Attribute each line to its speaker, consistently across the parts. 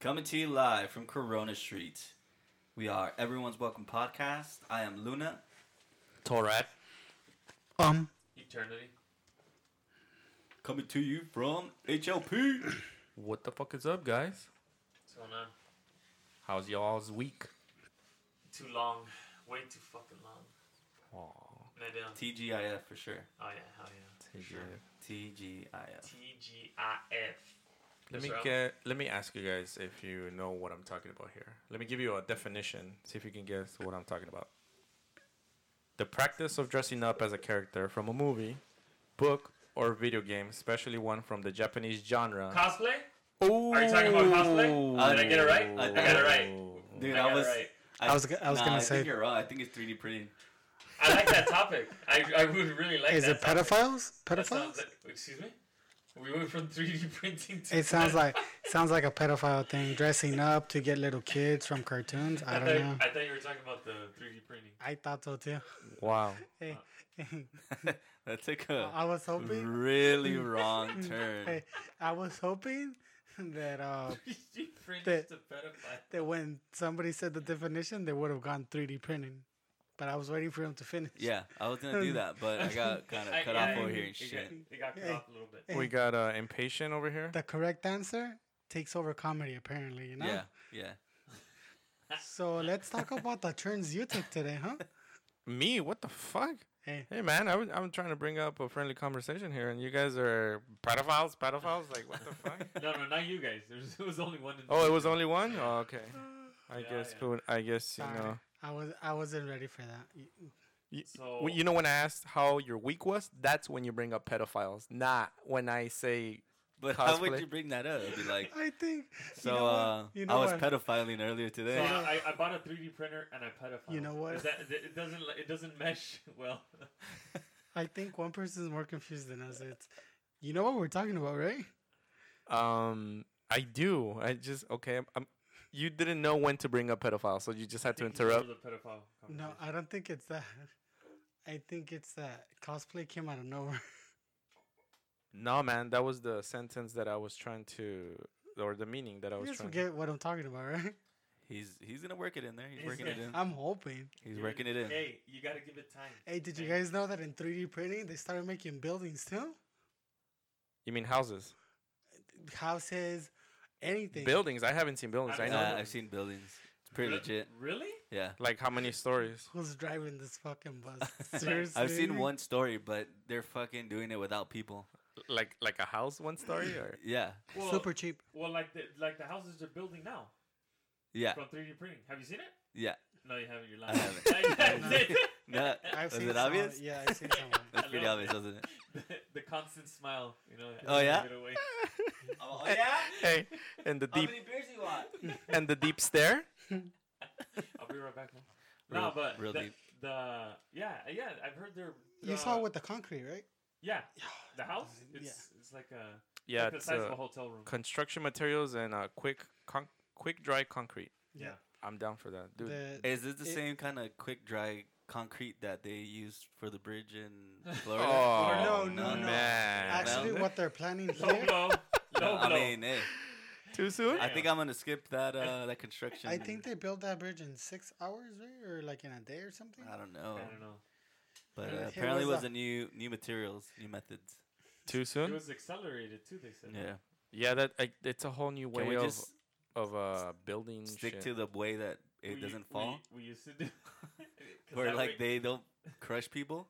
Speaker 1: Coming to you live from Corona Street. We are Everyone's Welcome Podcast. I am Luna.
Speaker 2: Torad. Um.
Speaker 3: Eternity.
Speaker 1: Coming to you from HLP.
Speaker 2: What the fuck is up, guys?
Speaker 3: What's going on?
Speaker 2: How's y'all's week?
Speaker 3: Too long. Way too fucking long.
Speaker 2: Aw,
Speaker 3: No, they don't.
Speaker 1: TGIF for sure.
Speaker 3: Oh yeah, hell yeah.
Speaker 2: take
Speaker 3: Sure.
Speaker 2: it.
Speaker 1: TGIF.
Speaker 3: TGIF.
Speaker 2: Let
Speaker 3: Yes,
Speaker 2: me
Speaker 3: sir.
Speaker 2: get. Let me ask you guys if you know what I'm talking about here. Let me give you a definition. See if you can guess what I'm talking about. The practice of dressing up as a character from a movie, book, or video game, especially one from the Japanese genre.
Speaker 3: Cosplay?
Speaker 2: Oh,
Speaker 3: Are you talking about cosplay?
Speaker 1: Uh,
Speaker 3: Did I get it right?
Speaker 1: I
Speaker 3: I got it right.
Speaker 2: Oh.
Speaker 1: Dude,
Speaker 3: I got
Speaker 1: I was.
Speaker 3: it right.
Speaker 4: I was g- I was
Speaker 1: nah,
Speaker 4: gonna
Speaker 1: I
Speaker 4: say-
Speaker 1: think you're wrong. I think it's 3D printing.
Speaker 3: I like that topic. I, I would really like
Speaker 4: Is
Speaker 3: that.
Speaker 4: it pedophiles?
Speaker 3: topic. That sounds
Speaker 4: Pedophiles?
Speaker 3: like- excuse me. We went from 3D printing to.
Speaker 4: It sounds like sounds like a pedophile thing. Dressing up to get little kids from cartoons.
Speaker 3: I
Speaker 4: I
Speaker 3: thought,
Speaker 4: don't know.
Speaker 3: I thought you were talking about the 3D printing.
Speaker 4: I thought so too.
Speaker 2: Wow.
Speaker 4: Hey,
Speaker 1: that took a
Speaker 4: I was hoping.
Speaker 1: really wrong turn.
Speaker 4: Hey, I was hoping that uh
Speaker 3: 3D printing
Speaker 4: The-
Speaker 3: to pedophile.
Speaker 4: that when somebody said the definition, they would have gone 3D printing. But I was waiting for him to finish.
Speaker 1: Yeah, I was gonna do that, but I got kind
Speaker 3: I-
Speaker 1: of cut
Speaker 3: yeah,
Speaker 1: off over
Speaker 3: it-
Speaker 1: here and
Speaker 3: it
Speaker 1: shit.
Speaker 3: Got, it got cut
Speaker 4: Hey.
Speaker 3: off a little bit.
Speaker 2: We got uh, impatient over here.
Speaker 4: The correct answer takes over comedy, apparently. You know.
Speaker 1: Yeah, yeah.
Speaker 4: So let's talk about the turns you took today, huh?
Speaker 2: Me? What the fuck?
Speaker 4: Hey,
Speaker 2: Hey man, I was I'm trying to bring up a friendly conversation here, and you guys are pedophiles, pedophiles. Like what the fuck?
Speaker 3: No, no, not you guys. There's, there was only one. In
Speaker 2: Oh, it was only one. Oh, okay. I
Speaker 3: Yeah,
Speaker 2: guess.
Speaker 3: yeah.
Speaker 2: cool. I guess you
Speaker 4: Sorry.
Speaker 2: know.
Speaker 4: I was I wasn't ready for that. You-
Speaker 2: You,
Speaker 3: So-
Speaker 2: you know when I asked how your week was, that's when you bring up pedophiles, not when I say
Speaker 1: But how
Speaker 2: Cosplay.
Speaker 1: would you bring that up? It'd be like,
Speaker 4: I think.
Speaker 1: so
Speaker 4: you know what?
Speaker 1: uh,
Speaker 4: You know
Speaker 1: I was
Speaker 4: what?
Speaker 1: pedophiling earlier
Speaker 3: So
Speaker 1: today.
Speaker 3: I, I bought a 3D printer and I pedophiled.
Speaker 4: You know what?
Speaker 3: Is that, it doesn't. It doesn't mesh well.
Speaker 4: I think one person is more confused than us. It's, you know what we're talking about, right?
Speaker 2: um I do. I just okay. I'm, I'm, you didn't know when to bring up pedophiles, so you just had to interrupt.
Speaker 3: The pedophile.
Speaker 4: No,
Speaker 3: conversation.
Speaker 4: I don't think it's that. I think it's that cosplay came out of nowhere.
Speaker 2: No, man, that was the sentence that I was trying to, or the meaning that I
Speaker 4: You
Speaker 2: was
Speaker 4: just
Speaker 2: trying.
Speaker 4: forget what I'm talking about, right?
Speaker 1: He's he's gonna work it in there. He's
Speaker 3: He's
Speaker 1: working it in.
Speaker 4: I'm hoping.
Speaker 1: He's
Speaker 3: Give
Speaker 1: working it in.
Speaker 3: Hey, you gotta give it time.
Speaker 4: Hey, did you
Speaker 3: Hey.
Speaker 4: guys know that in 3D printing they started making buildings too,
Speaker 2: You mean houses,
Speaker 4: houses, anything?
Speaker 2: buildings? I haven't seen buildings. I
Speaker 3: I've
Speaker 2: know.
Speaker 1: Nah,
Speaker 3: know.
Speaker 1: I've seen buildings. It's pretty
Speaker 3: Re-
Speaker 1: legit.
Speaker 3: Really?
Speaker 1: Yeah.
Speaker 2: Like how many stories?
Speaker 4: Who's driving this fucking bus? Seriously,
Speaker 1: I've seen one story, but they're fucking doing it without people.
Speaker 2: Like like a house one story or
Speaker 1: Yeah.
Speaker 3: Well,
Speaker 4: super cheap.
Speaker 3: Well, like the like the houses they're building now
Speaker 1: Yeah.
Speaker 3: from 3D printing. Have you seen it?
Speaker 1: Yeah.
Speaker 3: No, you haven't. You're
Speaker 1: I
Speaker 3: lying.
Speaker 1: haven't. No,
Speaker 4: I've
Speaker 1: was
Speaker 4: seen
Speaker 1: it
Speaker 4: some-
Speaker 1: obvious?
Speaker 4: Yeah, I've seen someone.
Speaker 1: That's pretty
Speaker 3: love-
Speaker 1: obvious, wasn't it?
Speaker 3: the, the constant smile. You know.
Speaker 1: Oh, yeah?
Speaker 3: give it away.
Speaker 1: Oh, yeah?
Speaker 2: Hey, and the deep
Speaker 1: beers you want?
Speaker 2: and the deep stare.
Speaker 3: I'll be right back. Man.
Speaker 1: Real-
Speaker 3: No, but
Speaker 1: real
Speaker 3: the,
Speaker 1: deep.
Speaker 3: the yeah yeah I've heard they're.
Speaker 4: You
Speaker 3: uh,
Speaker 4: saw with the concrete, right?
Speaker 3: Yeah, the house.
Speaker 4: Yeah.
Speaker 3: It's it's like a
Speaker 2: Yeah,
Speaker 3: like the
Speaker 2: it's
Speaker 3: size of
Speaker 2: uh,
Speaker 3: a hotel room.
Speaker 2: construction materials and uh, quick con- quick dry concrete.
Speaker 3: Yeah.
Speaker 2: I'm down for that, dude.
Speaker 4: The-
Speaker 1: Is this the
Speaker 4: It-
Speaker 1: same kind of quick, dry concrete that they used for the bridge in
Speaker 2: oh
Speaker 1: Florida?
Speaker 4: no, no, no.
Speaker 2: man,
Speaker 4: Actually,
Speaker 1: Well,
Speaker 4: what they're planning
Speaker 3: Low
Speaker 4: here,
Speaker 3: blow. Low blow.
Speaker 1: I mean, hey,
Speaker 2: too soon.
Speaker 1: I think I'm gonna skip that uh, that construction.
Speaker 4: I think they built that bridge in six hours, right? Or like in a day or something.
Speaker 1: I don't know,
Speaker 3: I don't know.
Speaker 1: but
Speaker 4: It
Speaker 1: uh,
Speaker 4: was
Speaker 1: apparently it was
Speaker 4: a-
Speaker 1: a new new materials, new methods.
Speaker 2: Too
Speaker 3: It
Speaker 2: soon.
Speaker 3: was accelerated too. They said.
Speaker 1: Yeah,
Speaker 2: Yeah, that I, it's a whole new
Speaker 1: can we
Speaker 2: way of
Speaker 1: just
Speaker 2: of uh building
Speaker 1: stick
Speaker 2: shit.
Speaker 1: to the way that it
Speaker 3: We-
Speaker 1: doesn't
Speaker 3: we-
Speaker 1: fall,
Speaker 3: We, used to do. 'Cause
Speaker 1: where
Speaker 3: that
Speaker 1: like
Speaker 3: way-
Speaker 1: they don't crush people?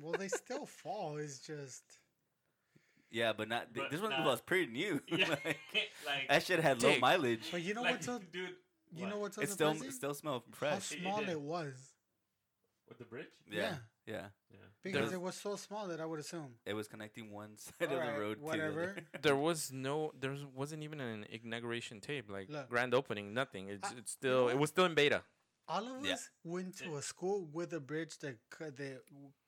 Speaker 4: Well, they still fall. It's just
Speaker 1: Yeah, but not th-
Speaker 3: But
Speaker 1: this one
Speaker 3: not-
Speaker 1: was pretty new.
Speaker 3: Yeah.
Speaker 1: like,
Speaker 3: like.
Speaker 1: that shit had low
Speaker 2: Dick.
Speaker 1: mileage.
Speaker 4: But you know
Speaker 3: like,
Speaker 4: what's so
Speaker 3: dude?
Speaker 4: you
Speaker 3: what?
Speaker 4: know what's so
Speaker 1: It still
Speaker 4: depressing?
Speaker 1: it still smelled
Speaker 4: How
Speaker 1: fresh.
Speaker 3: It- it
Speaker 4: small
Speaker 3: did.
Speaker 4: it was.
Speaker 3: With the bridge.
Speaker 1: Yeah, yeah.
Speaker 3: Yeah.
Speaker 4: Because
Speaker 1: There's-
Speaker 4: it was so small that I would assume.
Speaker 1: It was connecting one side of
Speaker 4: Alright,
Speaker 1: the road
Speaker 4: whatever.
Speaker 1: to the
Speaker 2: There was no, there wasn't even an inauguration tape, like
Speaker 4: Look.
Speaker 2: grand opening, nothing. It's
Speaker 4: I-
Speaker 2: it's still, it
Speaker 4: what?
Speaker 2: was still in beta.
Speaker 4: All of
Speaker 1: Yeah.
Speaker 4: us went to a school with a bridge that cu- they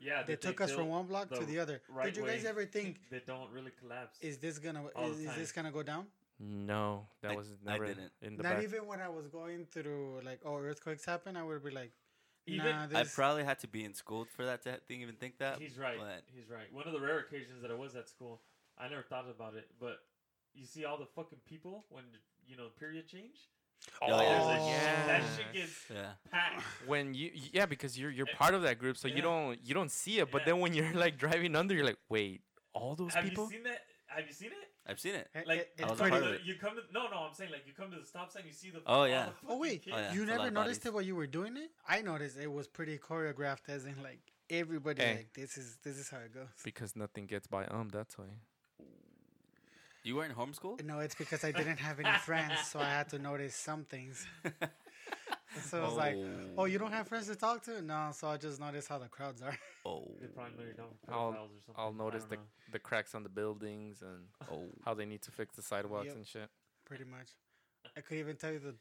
Speaker 3: Yeah.
Speaker 4: they
Speaker 3: that
Speaker 4: took us from
Speaker 3: built
Speaker 4: one block to
Speaker 3: the
Speaker 4: the other.
Speaker 3: right
Speaker 4: Did you guys
Speaker 3: way.
Speaker 4: ever think
Speaker 3: They don't really collapse.
Speaker 4: is this gonna
Speaker 3: All
Speaker 4: is,
Speaker 3: the
Speaker 4: is this gonna go down?
Speaker 2: No, that
Speaker 1: I-
Speaker 2: was
Speaker 1: I
Speaker 2: never
Speaker 1: didn't.
Speaker 2: in the
Speaker 4: Not
Speaker 2: back.
Speaker 4: even when I was going through like oh earthquakes happen, I would be like,
Speaker 3: Even-
Speaker 4: nah,
Speaker 1: I
Speaker 4: this
Speaker 1: probably had to be in school for that to ha- think, even think that.
Speaker 3: He's right.
Speaker 1: but-
Speaker 3: He's right. One of the rare occasions that I was at school, I never thought about it, but you see all the fucking people when you know period change.
Speaker 1: Oh,
Speaker 3: That
Speaker 2: Oh, yeah.
Speaker 3: shit gets
Speaker 1: Yeah.
Speaker 3: packed.
Speaker 2: when you yeah because you're you're part of that group so
Speaker 3: Yeah.
Speaker 2: you don't you don't see it but
Speaker 3: Yeah.
Speaker 2: then when you're like driving under you're like wait all those
Speaker 3: Have
Speaker 2: people
Speaker 3: you seen that? Have you seen it?
Speaker 1: I've seen it.
Speaker 4: It-
Speaker 3: Like,
Speaker 4: it-
Speaker 1: I
Speaker 4: eh, it's
Speaker 1: was a part
Speaker 4: pretty-
Speaker 1: of it.
Speaker 3: You come to no, no. I'm saying like you come to the stop sign, you see the.
Speaker 1: Oh,
Speaker 3: all
Speaker 1: yeah.
Speaker 3: the
Speaker 4: Oh
Speaker 3: fucking
Speaker 4: wait,
Speaker 3: kids.
Speaker 1: Oh, yeah.
Speaker 4: you
Speaker 1: it's a lot
Speaker 4: never
Speaker 1: of
Speaker 4: noticed
Speaker 1: bodies.
Speaker 4: it while you were doing it. I noticed it was pretty choreographed, as in like everybody
Speaker 1: Eh.
Speaker 2: Hey.
Speaker 4: like this is this is how it goes.
Speaker 2: because nothing gets by um that's why
Speaker 1: You weren't homeschooled?
Speaker 4: No, it's because I didn't have any friends, so I had to notice some things. So I was like, "Oh, you don't have friends to talk to?" No, so I just noticed how the crowds are.
Speaker 1: Oh.
Speaker 3: They probably know you're down for
Speaker 2: I'll-
Speaker 3: profiles or something.
Speaker 2: i'll
Speaker 3: I
Speaker 2: notice
Speaker 3: don't
Speaker 2: the
Speaker 3: know.
Speaker 2: the cracks on the buildings and
Speaker 1: Oh.
Speaker 2: how they need to fix the sidewalks
Speaker 4: Yep.
Speaker 2: and shit
Speaker 4: Pretty much. I could even tell you the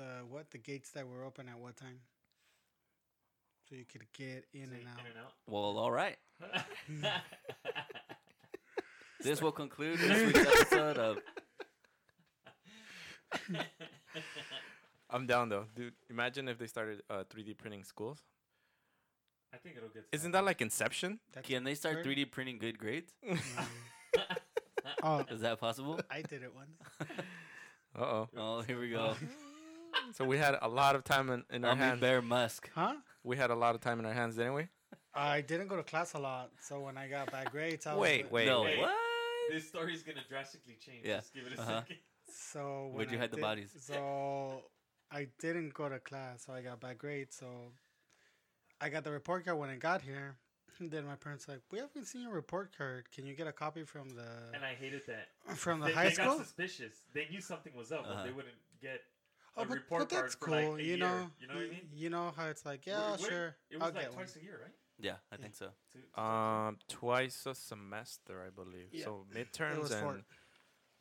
Speaker 4: the what the gates that were open at what time, so you could get in
Speaker 3: So
Speaker 4: and
Speaker 3: you-
Speaker 4: out.
Speaker 1: Well, all right.
Speaker 3: In and out.
Speaker 1: This will conclude this week's episode of.
Speaker 2: i'm down though dude imagine if they started uh, 3d printing schools
Speaker 3: I think it'll get. to
Speaker 2: isn't that like inception
Speaker 4: That's
Speaker 1: Can they start
Speaker 4: where-
Speaker 1: 3D printing good grades?
Speaker 4: Oh,
Speaker 1: Is that possible?
Speaker 4: I did it once.
Speaker 2: uh-oh
Speaker 1: Oh, here we go.
Speaker 2: so we had a lot of time in, in our
Speaker 1: I'm in
Speaker 2: hands
Speaker 1: Bear Musk.
Speaker 4: Huh?
Speaker 2: we had a lot of time in our hands didn't we
Speaker 4: I didn't go to class a lot, so when I got bad grades, I was
Speaker 2: Wait,
Speaker 4: like-
Speaker 2: wait.
Speaker 1: no,
Speaker 3: wait.
Speaker 1: what?
Speaker 3: This story's gonna drastically change.
Speaker 1: Yeah.
Speaker 3: Just give it a
Speaker 1: Uh-huh.
Speaker 3: second.
Speaker 4: So when
Speaker 1: Where'd you
Speaker 4: I
Speaker 1: hide the
Speaker 4: did-
Speaker 1: bodies?
Speaker 4: So I didn't go to class, so I got bad grades. So I got the report card when I got here. Then my parents were like, we haven't seen your report card. Can you get a copy from
Speaker 3: And
Speaker 4: the
Speaker 3: I hated that.
Speaker 4: from the
Speaker 3: they,
Speaker 4: high
Speaker 3: they got
Speaker 4: school?
Speaker 3: suspicious. They knew something was up,
Speaker 1: Uh-huh.
Speaker 3: but they wouldn't get
Speaker 4: Oh,
Speaker 3: a
Speaker 4: but,
Speaker 3: report
Speaker 4: but
Speaker 3: card
Speaker 4: that's
Speaker 3: for
Speaker 4: cool.
Speaker 3: like a
Speaker 4: you
Speaker 3: year.
Speaker 4: know,
Speaker 3: You know what I mean?
Speaker 4: You know how it's like, yeah,
Speaker 3: Wait, wait,
Speaker 4: sure,
Speaker 3: It
Speaker 4: I'll
Speaker 3: was like
Speaker 4: get one.
Speaker 3: twice a year, right?
Speaker 1: Yeah, I think so.
Speaker 3: Two- two times
Speaker 2: Um, twice a semester, I believe.
Speaker 4: Yeah.
Speaker 2: So
Speaker 4: It
Speaker 2: midterms
Speaker 4: was
Speaker 2: and
Speaker 4: four.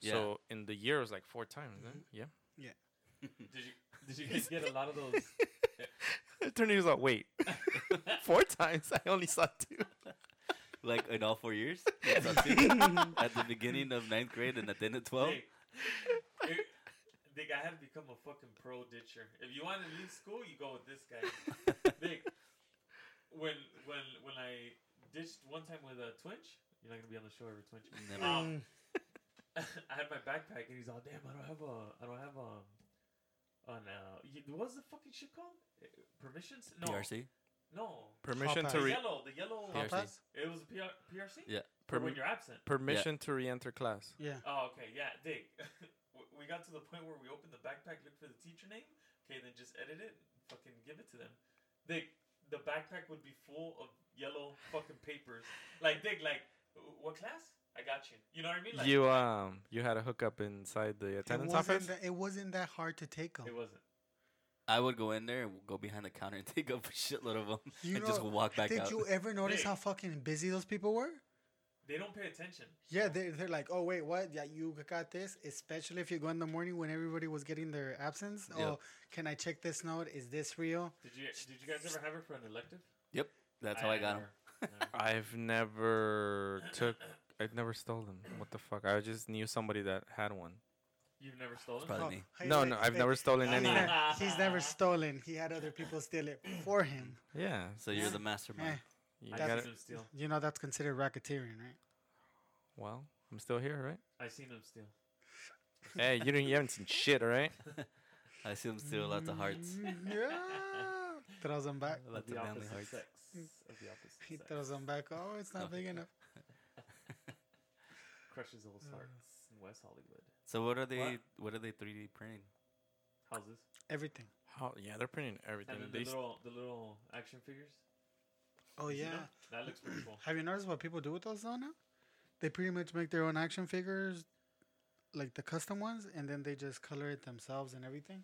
Speaker 1: Yeah.
Speaker 2: so in the year it was like four times. Then
Speaker 4: Mm-hmm.
Speaker 2: yeah.
Speaker 3: a year. Did you did you guys get a lot of those?
Speaker 2: Attorney was like, wait, four times? I only saw two.
Speaker 1: Like in all four years? That's not too-
Speaker 4: Um,
Speaker 1: at the beginning of ninth grade and at the end of 12?
Speaker 3: Hey, it- Nick, I had to become a fucking pro ditcher. If you want to leave school, you go with this guy. Nick, when when when I ditched one time with a twinch, you're not gonna be on the show every twinch.
Speaker 1: Never.
Speaker 4: Uh,
Speaker 3: Um, I had my backpack and he's all, damn, I don't have a, I don't have a, an, uh, y- what's the fucking shit called? Uh, Permissions? No,
Speaker 1: PRC?
Speaker 3: no.
Speaker 2: Permission
Speaker 4: Hop
Speaker 2: to
Speaker 3: The
Speaker 4: out.
Speaker 2: re-
Speaker 3: yellow, the yellow.
Speaker 4: Hall
Speaker 1: PRC.
Speaker 4: pass?
Speaker 3: It was a PR, PRC.
Speaker 1: Yeah.
Speaker 3: For
Speaker 2: Perm-
Speaker 3: when you're absent.
Speaker 2: permission to re-enter class.
Speaker 4: Yeah.
Speaker 3: Oh, okay, yeah, dig. W- we got to the point where we opened the backpack, looked for the teacher name. Okay, then just edit it, and fucking give it to them. Dig, the backpack would be full of yellow fucking papers. Like, dig, like, "Wh- what class? I got you. You know what I mean? Like,
Speaker 2: You um, you had a hookup inside the
Speaker 4: It
Speaker 2: attendance
Speaker 4: wasn't,
Speaker 2: office.
Speaker 4: that, it wasn't that hard to take
Speaker 2: uh,
Speaker 4: them.
Speaker 3: It wasn't.
Speaker 1: I would go in there and go behind the counter and take up a shitload of them
Speaker 4: You
Speaker 1: and just
Speaker 4: know,
Speaker 1: walk back
Speaker 4: Did
Speaker 1: out.
Speaker 4: you ever notice
Speaker 3: Hey.
Speaker 4: how fucking busy those people were?
Speaker 3: They don't pay attention.
Speaker 4: Yeah, they they're like, oh wait, what? Yeah, you got this. Especially if you go in the morning when everybody was getting their absence.
Speaker 1: Yeah.
Speaker 4: Oh, can I check this note? Is this real?
Speaker 3: Did you Did you guys ever have it for an elective?
Speaker 1: Yep, that's how I got them.
Speaker 3: never- never.
Speaker 2: I've never took. I've never stolen. What the fuck? I just knew somebody that had one.
Speaker 3: You've never stolen.
Speaker 1: Probably-
Speaker 4: Oh,
Speaker 1: me.
Speaker 4: hey,
Speaker 2: No,
Speaker 4: hey,
Speaker 2: no, I've
Speaker 4: hey,
Speaker 2: never stolen
Speaker 4: He's,
Speaker 2: any.
Speaker 3: Yeah.
Speaker 4: ne- he's never stolen. He had other people steal it for him.
Speaker 2: Yeah.
Speaker 1: So you're the mastermind.
Speaker 4: Eh,
Speaker 2: You
Speaker 3: I
Speaker 2: got
Speaker 3: seen
Speaker 2: it.
Speaker 3: him steal.
Speaker 4: you know that's considered racketeering, right?
Speaker 2: Well, I'm still here, right?
Speaker 3: I seen him steal.
Speaker 2: hey, you didn't. You haven't seen shit, all right?
Speaker 1: I see them steal lots of hearts.
Speaker 4: Mm-hmm. Mm, yeah. Throws them back.
Speaker 1: Lots
Speaker 3: the
Speaker 1: of manly
Speaker 3: opposite
Speaker 1: hearts.
Speaker 3: sex. Of the opposite
Speaker 4: He
Speaker 3: sex.
Speaker 4: throws them back. Oh, it's not
Speaker 1: Okay.
Speaker 4: big enough.
Speaker 3: Crushes those hearts in West Hollywood.
Speaker 1: So what are they? What, are they 3D printing?
Speaker 3: Houses.
Speaker 4: Everything.
Speaker 2: Oh yeah, they're printing everything.
Speaker 3: And then the
Speaker 2: They s-
Speaker 3: little, the little action figures.
Speaker 4: Oh
Speaker 3: you know?
Speaker 4: yeah.
Speaker 3: that looks pretty cool.
Speaker 4: Have you noticed what people do with those though now? They pretty much make their own action figures, like the custom ones, and then they just color it themselves and everything.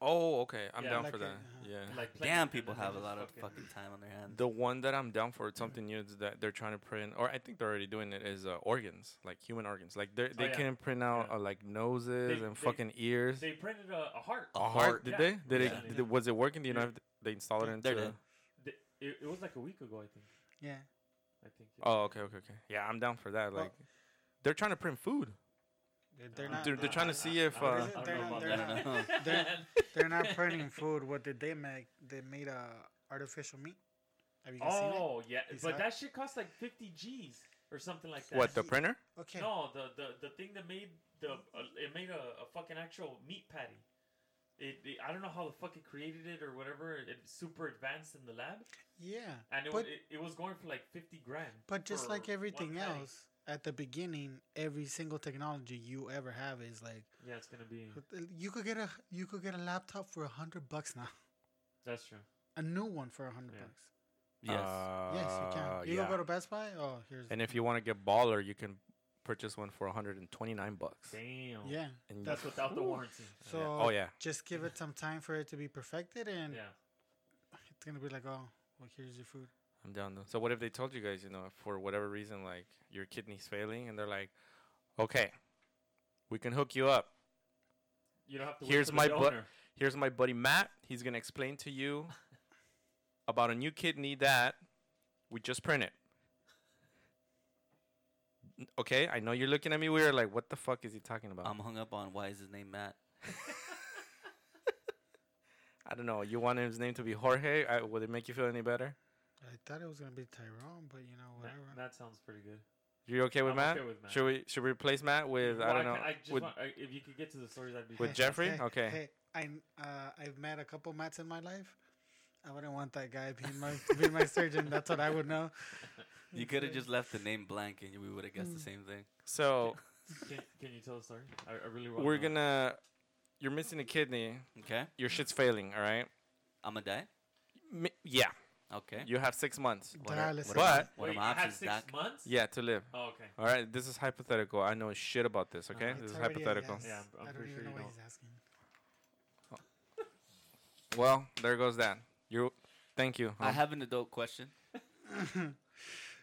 Speaker 2: oh, okay. I'm
Speaker 3: Yeah,
Speaker 2: down
Speaker 4: like
Speaker 2: for
Speaker 4: it,
Speaker 2: that.
Speaker 4: uh-huh.
Speaker 2: Yeah.
Speaker 3: Like play-
Speaker 1: Damn,
Speaker 3: and
Speaker 1: people
Speaker 3: then they
Speaker 1: have a
Speaker 3: just
Speaker 1: lot of fucking time on their hands.
Speaker 2: The one that I'm down for, it's something new is that they're trying to print, or I think they're already doing it, is uh, organs, like human organs. Like they they
Speaker 3: Oh, yeah.
Speaker 2: can print out
Speaker 3: Yeah.
Speaker 2: uh, like noses
Speaker 3: They-
Speaker 2: and
Speaker 3: they-
Speaker 2: fucking ears.
Speaker 3: They printed a, a heart.
Speaker 1: A
Speaker 2: a
Speaker 1: heart.
Speaker 2: heart? Did
Speaker 3: Yeah.
Speaker 2: they? Did,
Speaker 1: Yeah.
Speaker 2: it, did it? Was it working? Do you know
Speaker 3: Yeah.
Speaker 2: if they installed it into?
Speaker 1: They're dead.
Speaker 3: Th- It, it was like a week ago, I think.
Speaker 4: Yeah.
Speaker 3: I think. it-
Speaker 2: Oh, okay, okay, okay. Yeah, I'm down for that.
Speaker 4: Well-
Speaker 2: Like, they're trying to print food.
Speaker 4: They're, they're
Speaker 3: Uh,
Speaker 4: not.
Speaker 2: They're, they're trying to see if.
Speaker 3: I don't
Speaker 2: Uh,
Speaker 3: know- I
Speaker 4: They're
Speaker 3: don't know
Speaker 4: not-
Speaker 3: about
Speaker 4: they're
Speaker 3: that.
Speaker 1: not-
Speaker 4: they're- They're not printing food. What did they make? They made a artificial meat. Have you guys seen it?
Speaker 3: oh yeah,
Speaker 4: He's
Speaker 3: but
Speaker 4: hot.
Speaker 3: that shit costs like fifty G's. or something like that.
Speaker 2: What the printer?
Speaker 4: Okay.
Speaker 3: No, the, the the thing that made the uh, it made a, a fucking actual meat patty. It, it I don't know how the fuck it created it or whatever. It's super advanced in the lab,
Speaker 4: Yeah.
Speaker 3: and it,
Speaker 4: But-
Speaker 3: it, it was going for like fifty grand.
Speaker 4: But just
Speaker 3: for
Speaker 4: like
Speaker 3: one
Speaker 4: everything
Speaker 3: patty.
Speaker 4: else, at the beginning, every single technology you ever have is like
Speaker 3: yeah, it's gonna be
Speaker 4: you could get a you could get a laptop for a hundred bucks now,
Speaker 3: that's true.
Speaker 4: a new one for a hundred
Speaker 3: Yeah.
Speaker 4: bucks.
Speaker 1: Yes.
Speaker 4: Yes, you
Speaker 2: Uh,
Speaker 4: can. You
Speaker 2: yeah.
Speaker 4: can go to Best Buy. Oh, here's
Speaker 2: and if you want to get baller, you can purchase one for 129 bucks.
Speaker 3: Damn.
Speaker 4: yeah.
Speaker 2: And
Speaker 3: That's without the
Speaker 2: Ooh.
Speaker 3: warranty.
Speaker 4: So
Speaker 2: Oh yeah.
Speaker 4: just give it some time for it to be perfected, and
Speaker 3: Yeah.
Speaker 4: it's gonna be like, oh, well, here's your food.
Speaker 2: I'm down though. So what if they told you guys, you know, for whatever reason, like your kidney's failing, and they're like, okay, we can hook you up.
Speaker 3: You don't have to.
Speaker 2: Here's
Speaker 3: wait
Speaker 2: my
Speaker 3: for the
Speaker 2: bu-
Speaker 3: donor.
Speaker 2: Here's my buddy Matt. He's gonna explain to you about a new kidney that we just printed. N- Okay, I know you're looking at me weird, like what the fuck is he talking about?
Speaker 1: I'm hung up on why is his name Matt?
Speaker 2: I don't know. You want his name to be Jorge? I, would it make you feel any better?
Speaker 4: I thought it was gonna be Tyrone, but you
Speaker 3: That,
Speaker 4: know whatever.
Speaker 3: that sounds pretty good.
Speaker 2: You okay with,
Speaker 3: I'm
Speaker 2: Matt?
Speaker 3: okay with Matt.
Speaker 2: Should we should we replace Matt with
Speaker 3: Well,
Speaker 2: I don't
Speaker 3: ca-
Speaker 2: know
Speaker 3: I just
Speaker 2: with
Speaker 3: want, I, if you could get to the story, that'd be.
Speaker 2: with
Speaker 3: fine.
Speaker 2: Jeffrey? okay.
Speaker 4: Hey, I uh, I've met a couple mats in my life. I wouldn't want that guy being my being my surgeon. That's what I would know.
Speaker 1: You could have just left the name blank and we would have guessed the same thing.
Speaker 2: So
Speaker 3: Can, can you tell the story? I, I really want.
Speaker 2: we're gonna. You're missing a kidney.
Speaker 1: Okay.
Speaker 2: Your shit's failing. All right.
Speaker 1: I'm going to die?
Speaker 2: M- yeah.
Speaker 1: Okay.
Speaker 2: You have six months.
Speaker 1: What are,
Speaker 4: Dialysis.
Speaker 1: what are,
Speaker 4: But-
Speaker 1: what are
Speaker 3: Wait,
Speaker 1: my
Speaker 3: I had
Speaker 1: options,
Speaker 3: six
Speaker 1: Doc?
Speaker 3: months.
Speaker 2: Yeah, to live.
Speaker 3: Oh, okay.
Speaker 2: All right. This is hypothetical. I know shit about this. Okay. this
Speaker 3: Uh,
Speaker 4: Uh-huh. It's
Speaker 2: is
Speaker 4: already a
Speaker 2: hypothetical.
Speaker 4: yes.
Speaker 3: Yeah, I'm- I'm
Speaker 4: I
Speaker 3: pretty
Speaker 4: don't even
Speaker 3: sure
Speaker 4: know
Speaker 3: you
Speaker 4: what
Speaker 3: know.
Speaker 4: he's asking.
Speaker 2: Well, there goes that. You. Thank you.
Speaker 1: I
Speaker 2: Um,
Speaker 1: have an adult question.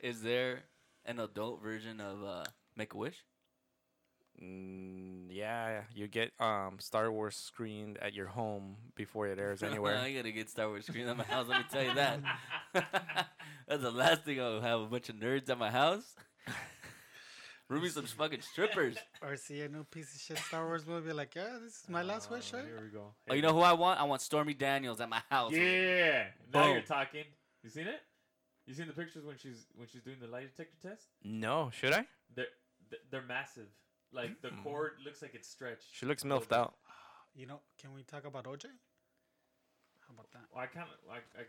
Speaker 1: Is there an adult version of uh, Make a Wish?
Speaker 2: mm, yeah. You get um Star Wars screened at your home before it airs anywhere.
Speaker 1: I gotta get Star Wars screen at my house. Let me tell you that. That's the last thing I'll have a bunch of nerds at my house. Ruby some fucking strippers.
Speaker 4: Or see a new piece of shit Star Wars movie, like, yeah, this is my last wish,
Speaker 3: Uh,
Speaker 4: right?
Speaker 3: Here we go.
Speaker 1: Oh, you know who I want? I want Stormy Daniels at my house.
Speaker 3: Yeah. Now you're
Speaker 1: Boom.
Speaker 3: talking. You seen it? You seen the pictures when she's when she's doing the lie detector test?
Speaker 2: No, should I?
Speaker 3: They're th- they're massive. Like
Speaker 1: Mm-hmm.
Speaker 3: the cord looks like it's stretched.
Speaker 2: She looks
Speaker 3: a little
Speaker 2: milfed
Speaker 3: bit.
Speaker 2: out.
Speaker 4: You know, can we talk about OJ? How about that?
Speaker 3: Well, I kind of I, I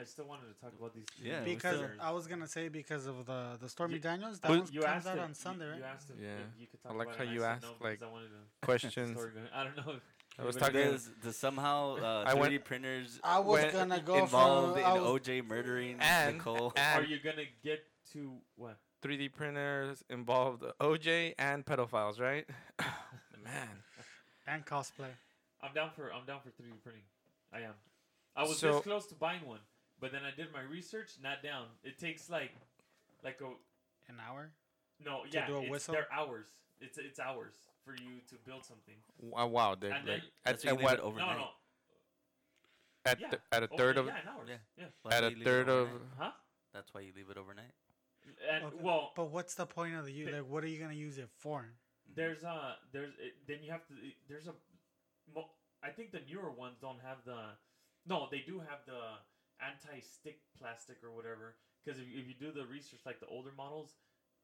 Speaker 3: I still wanted to talk about these. two
Speaker 1: Um, Yeah, we
Speaker 4: Because
Speaker 1: still-
Speaker 4: I was gonna say because of the the Stormy
Speaker 3: You-
Speaker 4: Daniels that
Speaker 3: But
Speaker 4: one comes out
Speaker 3: if-
Speaker 4: on Sunday,
Speaker 3: you,
Speaker 4: right?
Speaker 3: You asked if,
Speaker 2: Yeah.
Speaker 3: if you could talk
Speaker 2: like
Speaker 3: about
Speaker 2: how
Speaker 3: it, and
Speaker 2: you
Speaker 3: I said
Speaker 2: asked,
Speaker 3: no because
Speaker 2: like,
Speaker 3: I wanted to the
Speaker 2: Questions.
Speaker 3: story going. I don't know. if-
Speaker 2: I was
Speaker 3: Anybody
Speaker 2: talking-
Speaker 3: knows?
Speaker 1: There's the somehow uh,
Speaker 2: I
Speaker 1: 3D
Speaker 2: went-
Speaker 1: printers
Speaker 4: I was
Speaker 2: When-
Speaker 4: gonna go
Speaker 1: involved
Speaker 4: for
Speaker 1: in
Speaker 4: I was-
Speaker 1: OJ murdering
Speaker 2: And-
Speaker 1: Nicole.
Speaker 2: and-
Speaker 3: Are you gonna get to what?
Speaker 2: 3D printers involved OJ and pedophiles, right? Man.
Speaker 4: and cosplay.
Speaker 3: I'm down for I'm down for 3D printing. I am. I was
Speaker 2: So-
Speaker 3: this close to buying one, but then I did my research. Not down. It takes like like a
Speaker 4: An hour?
Speaker 3: no
Speaker 4: To
Speaker 3: yeah.
Speaker 4: do a
Speaker 3: it's,
Speaker 4: whistle?
Speaker 3: They're hours. It's it's hours for you to build something.
Speaker 2: Wow, wow dude. like,
Speaker 3: And then-
Speaker 2: at,
Speaker 1: That's what
Speaker 2: at
Speaker 1: you
Speaker 2: what-
Speaker 1: leave it overnight.
Speaker 3: No no.
Speaker 2: at,
Speaker 3: Yeah.
Speaker 2: th- at a
Speaker 3: Oh,
Speaker 2: third
Speaker 3: yeah,
Speaker 2: of
Speaker 3: yeah, an hours.
Speaker 1: Yeah.
Speaker 3: Yeah.
Speaker 1: Why
Speaker 2: at
Speaker 1: do
Speaker 2: a
Speaker 1: you leave it
Speaker 2: third of
Speaker 1: overnight?
Speaker 3: Huh?
Speaker 1: That's why you leave it overnight.
Speaker 3: And
Speaker 4: Okay.
Speaker 3: well,
Speaker 4: But what's the point of the use?
Speaker 3: Th-
Speaker 4: Like, what are you gonna use it for?
Speaker 3: there's uh there's it, then you have to there's a mo- I think the newer ones don't have the no they do have the anti-stick plastic or whatever because if, you- if you do the research like the older models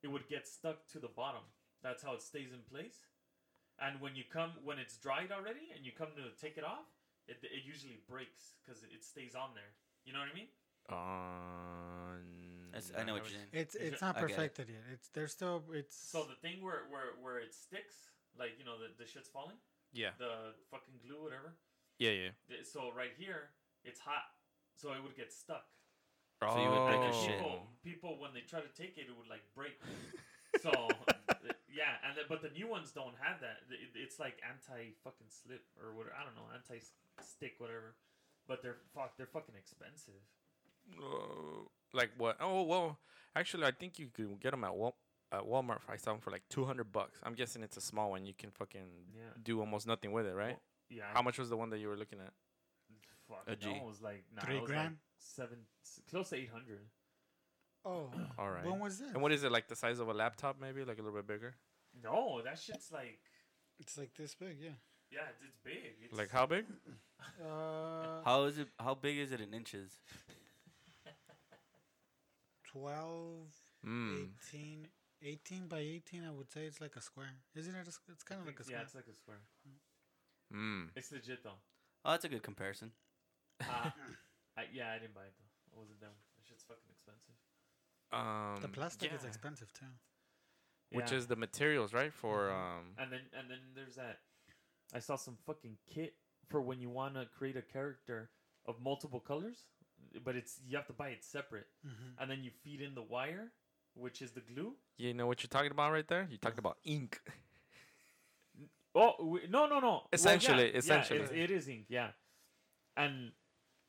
Speaker 3: it would get stuck to the bottom that's how it stays in place and when you come when it's dried already and you come to take it off it, it usually breaks because it, it stays on there you know what I mean
Speaker 2: on.
Speaker 1: That's- I know what you're saying.
Speaker 4: It's
Speaker 3: Is
Speaker 4: it's
Speaker 3: it-
Speaker 4: not
Speaker 1: I get it.
Speaker 4: perfected yet. It's there's still it's
Speaker 3: so the thing where where where it sticks like you know the, the shit's falling
Speaker 2: Yeah,
Speaker 3: the fucking glue whatever
Speaker 2: yeah, yeah.
Speaker 3: Th- So right here, it's hot, so it would get stuck.
Speaker 1: So you would break your
Speaker 2: Oh.
Speaker 1: shit.
Speaker 3: People, people, when they try to take it, it would like break. so th- yeah, and the, but the new ones don't have that. Th- it- It's like anti fucking slip or what I don't know, anti stick whatever. But they're fuck, they're fucking expensive.
Speaker 2: Uh, like what? Oh well, actually, I think you could get them at Wal- at Walmart. I saw them for like two hundred bucks. I'm guessing it's a small one. You can fucking
Speaker 3: Yeah.
Speaker 2: do almost nothing with it, right?
Speaker 3: Yeah.
Speaker 2: How much was the one that you were looking at?
Speaker 3: Fuck,
Speaker 1: A G.
Speaker 3: no, it was like nah,
Speaker 4: Three
Speaker 3: it was Like
Speaker 4: grand?
Speaker 3: seven, s- close to eight hundred.
Speaker 4: oh
Speaker 2: All right.
Speaker 4: when was this?
Speaker 2: and what is it like? The size of a laptop, maybe like a little bit bigger.
Speaker 3: No, that shit's like
Speaker 4: It's like this big, yeah.
Speaker 3: yeah, it's, it's big. It's,
Speaker 2: Like how big?
Speaker 4: Uh,
Speaker 1: How is it? How big is it in inches?
Speaker 4: twelve
Speaker 2: Mm.
Speaker 4: 18, 18 by 18, I would say it's like a square. Isn't it? A, squ- it's kind of like a
Speaker 3: yeah,
Speaker 4: square.
Speaker 3: it's like a square.
Speaker 2: Mm.
Speaker 3: It's legit though.
Speaker 1: Oh, that's a good comparison.
Speaker 3: Uh, I, yeah, I didn't buy it though. I wasn't down. That shit's fucking expensive.
Speaker 2: Um,
Speaker 4: the plastic is
Speaker 2: yeah.
Speaker 4: expensive too.
Speaker 2: Which
Speaker 3: Yeah. Mm-hmm.
Speaker 2: is the materials, right? For um,
Speaker 3: And then and then there's that. I saw some fucking kit for when you want to create a character of multiple colors, but it's you have to buy it separate,
Speaker 4: Mm-hmm.
Speaker 3: and then you feed in the wire, which is the glue.
Speaker 2: you know what you're talking about right there. You're talking about ink.
Speaker 3: Oh we, no no no! Well, yeah,
Speaker 2: Essentially-
Speaker 3: yeah,
Speaker 2: essentially.
Speaker 3: it's- it is ink, yeah, and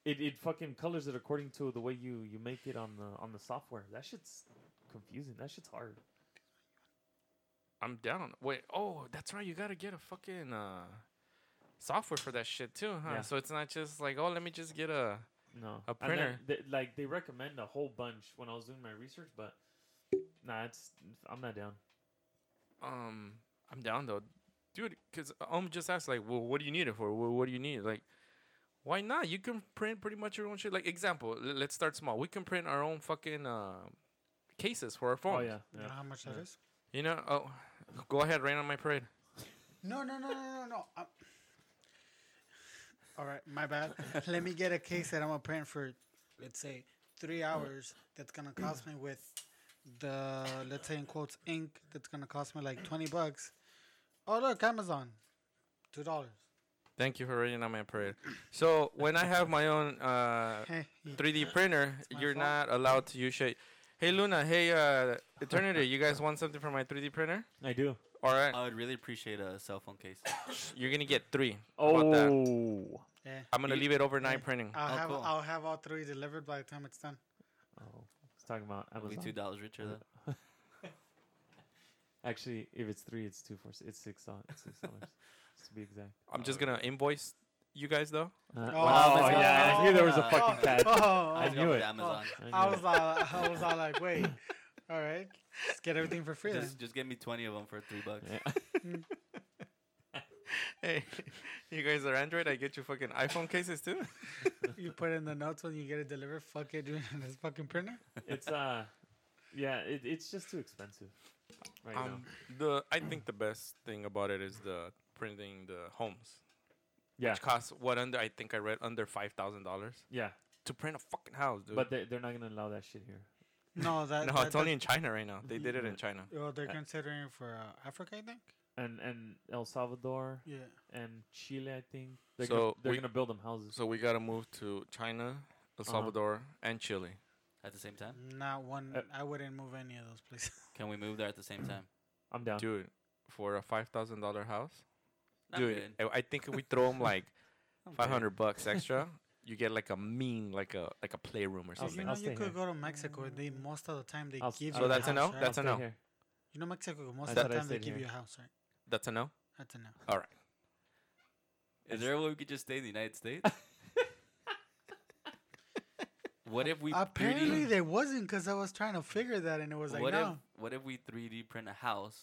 Speaker 3: it, it fucking colors it according to the way you you make it on the on the software. That shit's confusing. That shit's hard.
Speaker 2: I'm down. Wait, oh, that's right. You gotta get a fucking uh, software for that shit too, huh?
Speaker 3: Yeah.
Speaker 2: So it's not just like, oh, let me just get a.
Speaker 3: No.
Speaker 2: A
Speaker 3: And then
Speaker 2: printer.
Speaker 3: they- like they recommend a whole bunch when I was doing my research, but nah, it's I'm not down.
Speaker 2: Um, I'm down though, dude. Cause um, just asked like, well, what do you need it for? Well, what do you need? Like, why not? You can print pretty much your own shit. Like example, l- let's start small. We can print our own fucking uh, cases for our
Speaker 3: Oh
Speaker 2: phones.
Speaker 3: yeah.
Speaker 4: You know
Speaker 3: yeah.
Speaker 4: how much that
Speaker 3: yeah.
Speaker 4: is?
Speaker 2: You know, oh, go ahead, rain on my parade.
Speaker 4: No, no, no, no, no, no. I'm- All right, my bad. Let me get a case that I'm gonna print for, let's say, three hours. That's gonna cost me with the let's say in quotes ink. That's gonna cost me like twenty bucks. Oh look, Amazon, two dollars.
Speaker 2: Thank you for rating on my parade. So when I have my own uh,
Speaker 4: Hey,
Speaker 2: 3D printer,
Speaker 4: my
Speaker 2: you're
Speaker 4: fault.
Speaker 2: not allowed to use shit. Hey Luna, hey uh, Eternity, you guys want something for my 3D printer?
Speaker 3: I do.
Speaker 2: All right,
Speaker 1: I would really appreciate a cell phone case.
Speaker 2: you're gonna get three. How about that?
Speaker 3: Oh.
Speaker 4: yeah.
Speaker 2: I'm gonna
Speaker 1: You-
Speaker 2: leave it overnight
Speaker 4: Yeah.
Speaker 2: printing.
Speaker 4: I'll
Speaker 1: Oh,
Speaker 4: have
Speaker 1: cool.
Speaker 4: I'll have all three delivered by the time it's done.
Speaker 3: Oh. It's talking about
Speaker 1: Only
Speaker 3: Amazon.
Speaker 1: two dollars richer though.
Speaker 3: Actually, if it's three, it's two four. s- It's six dollars. It's six dollars. just to be exact.
Speaker 2: I'm just gonna invoice you guys though.
Speaker 3: Uh,
Speaker 4: Oh,
Speaker 3: wow,
Speaker 1: Amazon.
Speaker 3: yeah, I knew there was a
Speaker 1: Oh,
Speaker 3: fucking catch.
Speaker 4: Oh,
Speaker 3: I
Speaker 1: Let's
Speaker 4: I,
Speaker 1: go
Speaker 3: knew
Speaker 1: with
Speaker 3: it. Oh,
Speaker 1: Amazon.
Speaker 3: I knew
Speaker 4: was
Speaker 3: it.
Speaker 4: all I was all like, wait, all right, let's get everything for free then.
Speaker 1: Just, just give me twenty of them for three bucks.
Speaker 3: Yeah.
Speaker 2: Hey, you guys are Android. I get you fucking iPhone cases too.
Speaker 4: You put in the notes when you get it delivered. Fuck it, dude. This fucking printer.
Speaker 3: It's uh, yeah, it, it's just too expensive right now.
Speaker 2: Um, the I think the best thing about it is the printing the homes,
Speaker 3: Yeah,
Speaker 2: which costs what under I think I read under five thousand dollars
Speaker 3: yeah,
Speaker 2: to print a fucking house, dude.
Speaker 3: but they, they're not gonna allow that shit here.
Speaker 4: No, that.
Speaker 2: no,
Speaker 4: that,
Speaker 2: it's only in China right now. They did it in
Speaker 3: Yeah.
Speaker 2: China.
Speaker 4: That, well, they're
Speaker 3: uh,
Speaker 4: considering it for uh, Africa, I think.
Speaker 3: And and El Salvador
Speaker 4: Yeah.
Speaker 3: and Chile, I think. They're gonna,
Speaker 2: So
Speaker 3: they're
Speaker 2: we-
Speaker 3: gonna build them houses.
Speaker 2: So we gotta move to China, El
Speaker 3: Uh-huh.
Speaker 2: Salvador, and Chile.
Speaker 1: At the same time,
Speaker 4: Not one.
Speaker 3: Uh,
Speaker 4: I wouldn't move any of those places.
Speaker 1: can we move there at the same time?
Speaker 3: I'm down.
Speaker 2: Dude, for a five thousand dollar house,
Speaker 1: I'm
Speaker 2: dude,
Speaker 1: good.
Speaker 2: I, I think if we throw them like
Speaker 1: I'm
Speaker 2: five
Speaker 1: good.
Speaker 2: hundred bucks extra, you get like a mean, like a like a playroom or
Speaker 1: Oh,
Speaker 3: I'll
Speaker 2: something.
Speaker 4: you
Speaker 3: stay-
Speaker 4: know,
Speaker 3: I'll
Speaker 4: you
Speaker 3: stay
Speaker 4: could
Speaker 3: here.
Speaker 4: go to Mexico. They most of the time they
Speaker 3: I'll s-
Speaker 4: give
Speaker 3: I'll
Speaker 4: you.
Speaker 2: So that's
Speaker 4: a
Speaker 2: a no?
Speaker 4: house, right?
Speaker 2: That's a
Speaker 3: Stay
Speaker 2: no.
Speaker 3: here.
Speaker 4: You know Mexico.
Speaker 3: I
Speaker 4: Most of the
Speaker 3: thought I
Speaker 4: time they
Speaker 3: stayed
Speaker 4: give
Speaker 3: here.
Speaker 4: you a house, right?
Speaker 2: That's a no.
Speaker 4: That's a no.
Speaker 2: All right.
Speaker 1: Is there a way we could just stay in the United States? what if we 3D
Speaker 4: Apparently there wasn't because I was trying to figure that and it was like
Speaker 1: what
Speaker 4: no.
Speaker 1: if what if we 3D print a house,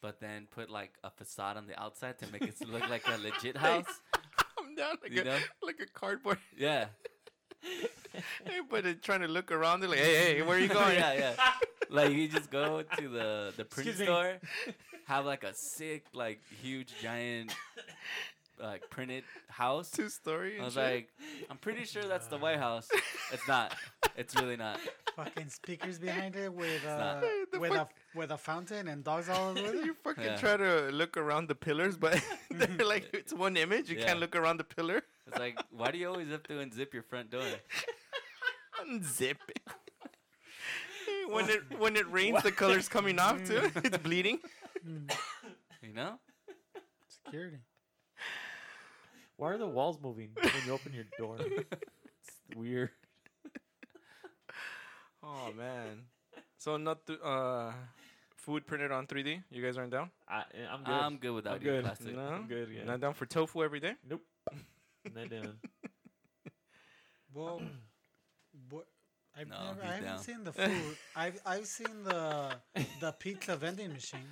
Speaker 1: but then put like a facade on the outside to make it look like a legit house?
Speaker 2: I'm down like
Speaker 1: You
Speaker 2: a
Speaker 1: know?
Speaker 2: like a cardboard.
Speaker 1: Yeah.
Speaker 2: Everybody trying to look around. They're like, hey, hey, where are you going?
Speaker 1: yeah, yeah. Like you just go to the the print
Speaker 3: Excuse me.
Speaker 1: store, have like a sick, like huge, giant, like printed house.
Speaker 2: Two story.
Speaker 1: I
Speaker 2: and
Speaker 1: was
Speaker 2: shit.
Speaker 1: like, I'm pretty sure that's the White House. It's not. It's really not.
Speaker 4: fucking speakers behind it with uh,
Speaker 1: not-
Speaker 2: Hey, the
Speaker 4: with
Speaker 2: fuck-
Speaker 4: a with a fountain and dogs all over it.
Speaker 2: you fucking
Speaker 1: Yeah.
Speaker 2: try to look around the pillars, but they're like it's one image. You
Speaker 1: Yeah.
Speaker 2: can't look around the pillar.
Speaker 1: It's like, why do you always have to unzip your front door?
Speaker 2: Unzip it. when it when it rains, the color's coming off too. it's bleeding.
Speaker 1: You know?
Speaker 4: Security.
Speaker 3: Why are the walls moving when you open your door? it's weird.
Speaker 2: Oh man. So not th- uh, food printed on 3D. You guys aren't down?
Speaker 3: I, I'm good.
Speaker 1: I'm good without
Speaker 3: I'm
Speaker 1: your
Speaker 3: good.
Speaker 1: plastic.
Speaker 2: No,
Speaker 3: I'm good, yeah.
Speaker 2: Not down for tofu every day.
Speaker 3: Nope. Not down.
Speaker 4: Well, what? I've
Speaker 1: No,
Speaker 4: never, I
Speaker 1: he's
Speaker 4: haven't
Speaker 1: down.
Speaker 4: seen the food. I've I've seen the the pizza vending machine.